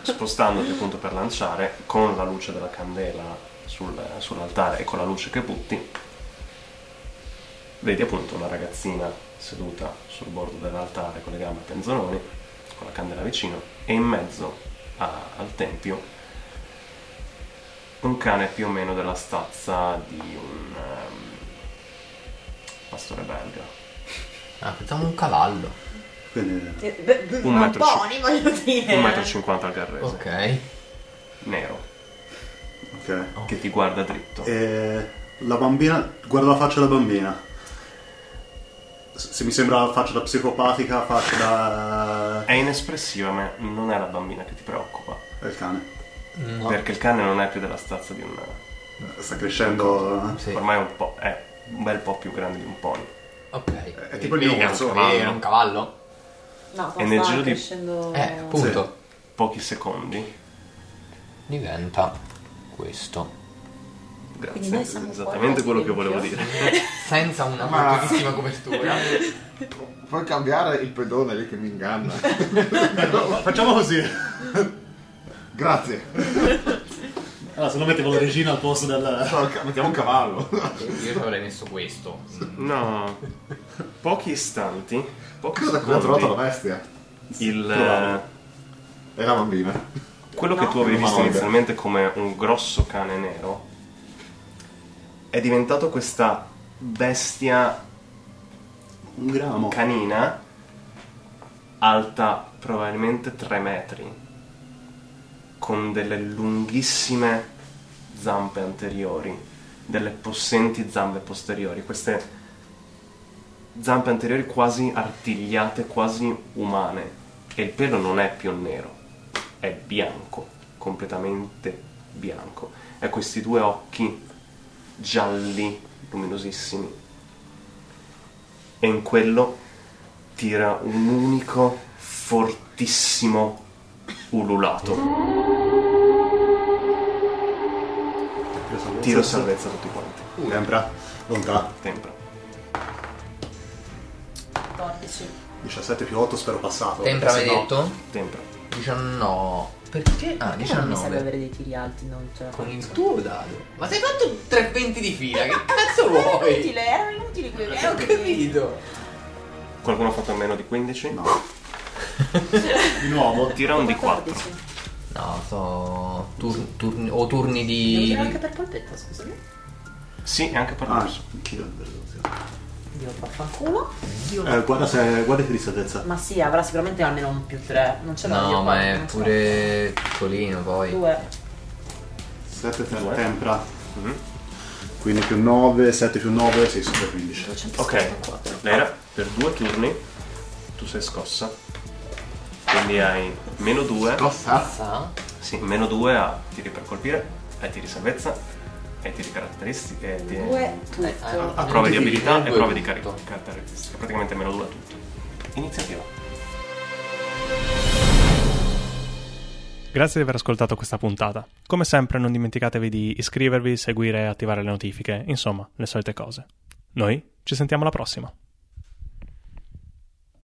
Speaker 3: Spostandoti appunto per lanciare con la luce della candela sul- sull'altare e con la luce che butti, vedi appunto una ragazzina seduta sul bordo dell'altare con le gambe a penzoloni, con la candela vicino e in mezzo a- al tempio un cane più o meno della stazza di un ehm, pastore belga.
Speaker 4: Ah, pensavo un cavallo.
Speaker 7: Quindi.
Speaker 5: Eh, beh, beh,
Speaker 3: Un
Speaker 5: ma
Speaker 3: metro e
Speaker 5: buoni, voglio dire.
Speaker 3: 1,50 m al garrese,
Speaker 4: Ok.
Speaker 3: nero,
Speaker 7: Ok.
Speaker 3: che ti guarda dritto.
Speaker 7: E la bambina, guardo la faccia della bambina. S- Se mi sembra faccia da psicopatica, faccia da.
Speaker 3: È inespressiva, ma non è la bambina che ti preoccupa.
Speaker 7: È eh, il cane.
Speaker 4: No.
Speaker 3: Perché il cane non è più della stazza di un.
Speaker 7: Sta crescendo.
Speaker 4: Sì.
Speaker 3: Ormai è un po'. è un bel po' più grande di un pony.
Speaker 4: Ok.
Speaker 7: È tipo il mio
Speaker 4: Era un
Speaker 7: cazzo.
Speaker 4: cavallo. Era un cavallo?
Speaker 5: No,
Speaker 3: E nel
Speaker 5: sta
Speaker 3: giro di-
Speaker 5: crescendo...
Speaker 4: Eh, appunto.
Speaker 3: Pochi secondi.
Speaker 4: Diventa questo.
Speaker 5: Quindi
Speaker 3: Grazie.
Speaker 5: noi siamo
Speaker 3: Esattamente
Speaker 5: fuori
Speaker 3: quello che volevo
Speaker 5: dal tempio.
Speaker 3: dire.
Speaker 4: Senza una
Speaker 2: Ma-
Speaker 4: fortissima copertura.
Speaker 2: Puoi cambiare il pedone lì che mi inganna.
Speaker 7: Facciamo così.
Speaker 2: Grazie.
Speaker 7: Allora, se no mettevo la regina al posto del.
Speaker 2: Mettiamo un cavallo.
Speaker 4: Io ci avrei messo questo. Mm.
Speaker 3: No. Pochi istanti. Pochi
Speaker 2: Cosa come ha trovato
Speaker 3: secondi.
Speaker 2: la bestia?
Speaker 3: Il.
Speaker 2: Provavo.
Speaker 3: eh,
Speaker 2: È la bambina.
Speaker 3: Quello che tu avevi visto
Speaker 2: Umanoide.
Speaker 3: inizialmente come un grosso cane nero è diventato questa bestia
Speaker 7: Un gramo.
Speaker 3: canina alta probabilmente 3 metri con delle lunghissime zampe anteriori delle possenti zampe posteriori queste zampe anteriori quasi artigliate quasi umane e il pelo non è più nero è bianco completamente bianco e questi due occhi gialli luminosissimi e in quello tira un unico fortissimo fortissimo ululato. Tiro salvezza a tutti quanti.
Speaker 7: Tempra, lontano.
Speaker 3: Tempra.
Speaker 5: 14.
Speaker 7: 17 più 8 spero passato.
Speaker 4: Tempra avevi
Speaker 7: perché se no-
Speaker 4: detto?
Speaker 3: Tempra.
Speaker 4: 19. Perché? Ah,
Speaker 5: Perché non mi serve
Speaker 4: 19.
Speaker 5: avere dei tiri alti, non ce la
Speaker 8: cioè.
Speaker 4: Con il
Speaker 5: faccio.
Speaker 4: tuo dado. Ma sei fatto 320 di fila, che cazzo
Speaker 5: Era
Speaker 4: vuoi?
Speaker 5: inutile, erano inutili quei
Speaker 4: Eh, ho capito.
Speaker 3: Qualcuno ha fatto meno di 15?
Speaker 2: No.
Speaker 7: Di nuovo?
Speaker 3: Tira un D4.
Speaker 4: No, so. tur- turni- o turni
Speaker 5: Non c'era anche
Speaker 4: di.
Speaker 5: per polpetta, scusami.
Speaker 3: Sì, e anche per
Speaker 7: Ah,
Speaker 3: l'orso.
Speaker 7: anch'io, vergogna.
Speaker 5: Dio vaffanculo. Dio
Speaker 7: Eh, guarda, se, guarda che di salvezza.
Speaker 5: Ma sì, avrà sicuramente almeno un più 3. Non ce l'ha
Speaker 4: No,
Speaker 5: io
Speaker 4: ma
Speaker 5: qua,
Speaker 4: è
Speaker 5: non ce l'ho.
Speaker 4: pure piccolino poi.
Speaker 5: Due.
Speaker 7: 7
Speaker 3: Due.
Speaker 7: tempra.
Speaker 3: Mhm.
Speaker 7: Quindi più 9, 7 più 9, 6 super 15.
Speaker 3: Ok, Lera, per due turni tu sei scossa. Quindi hai meno 2.
Speaker 2: Cosa?
Speaker 4: Sa?
Speaker 3: Sì, meno 2 a tiri per colpire, ai tiri salvezza, ai tiri caratteristici, e ti-
Speaker 5: Due.
Speaker 4: Eh,
Speaker 5: Tutto.
Speaker 3: a prove di
Speaker 7: Tutti i
Speaker 3: abilità
Speaker 4: tiri,
Speaker 3: e
Speaker 4: due
Speaker 3: prove di
Speaker 4: tutto.
Speaker 3: carica caratteristiche. Praticamente meno 2 a tutto. Iniziativa.
Speaker 1: Grazie di aver ascoltato questa puntata. Come sempre non dimenticatevi di iscrivervi, seguire e attivare le notifiche, insomma, le solite cose. Noi ci sentiamo alla prossima.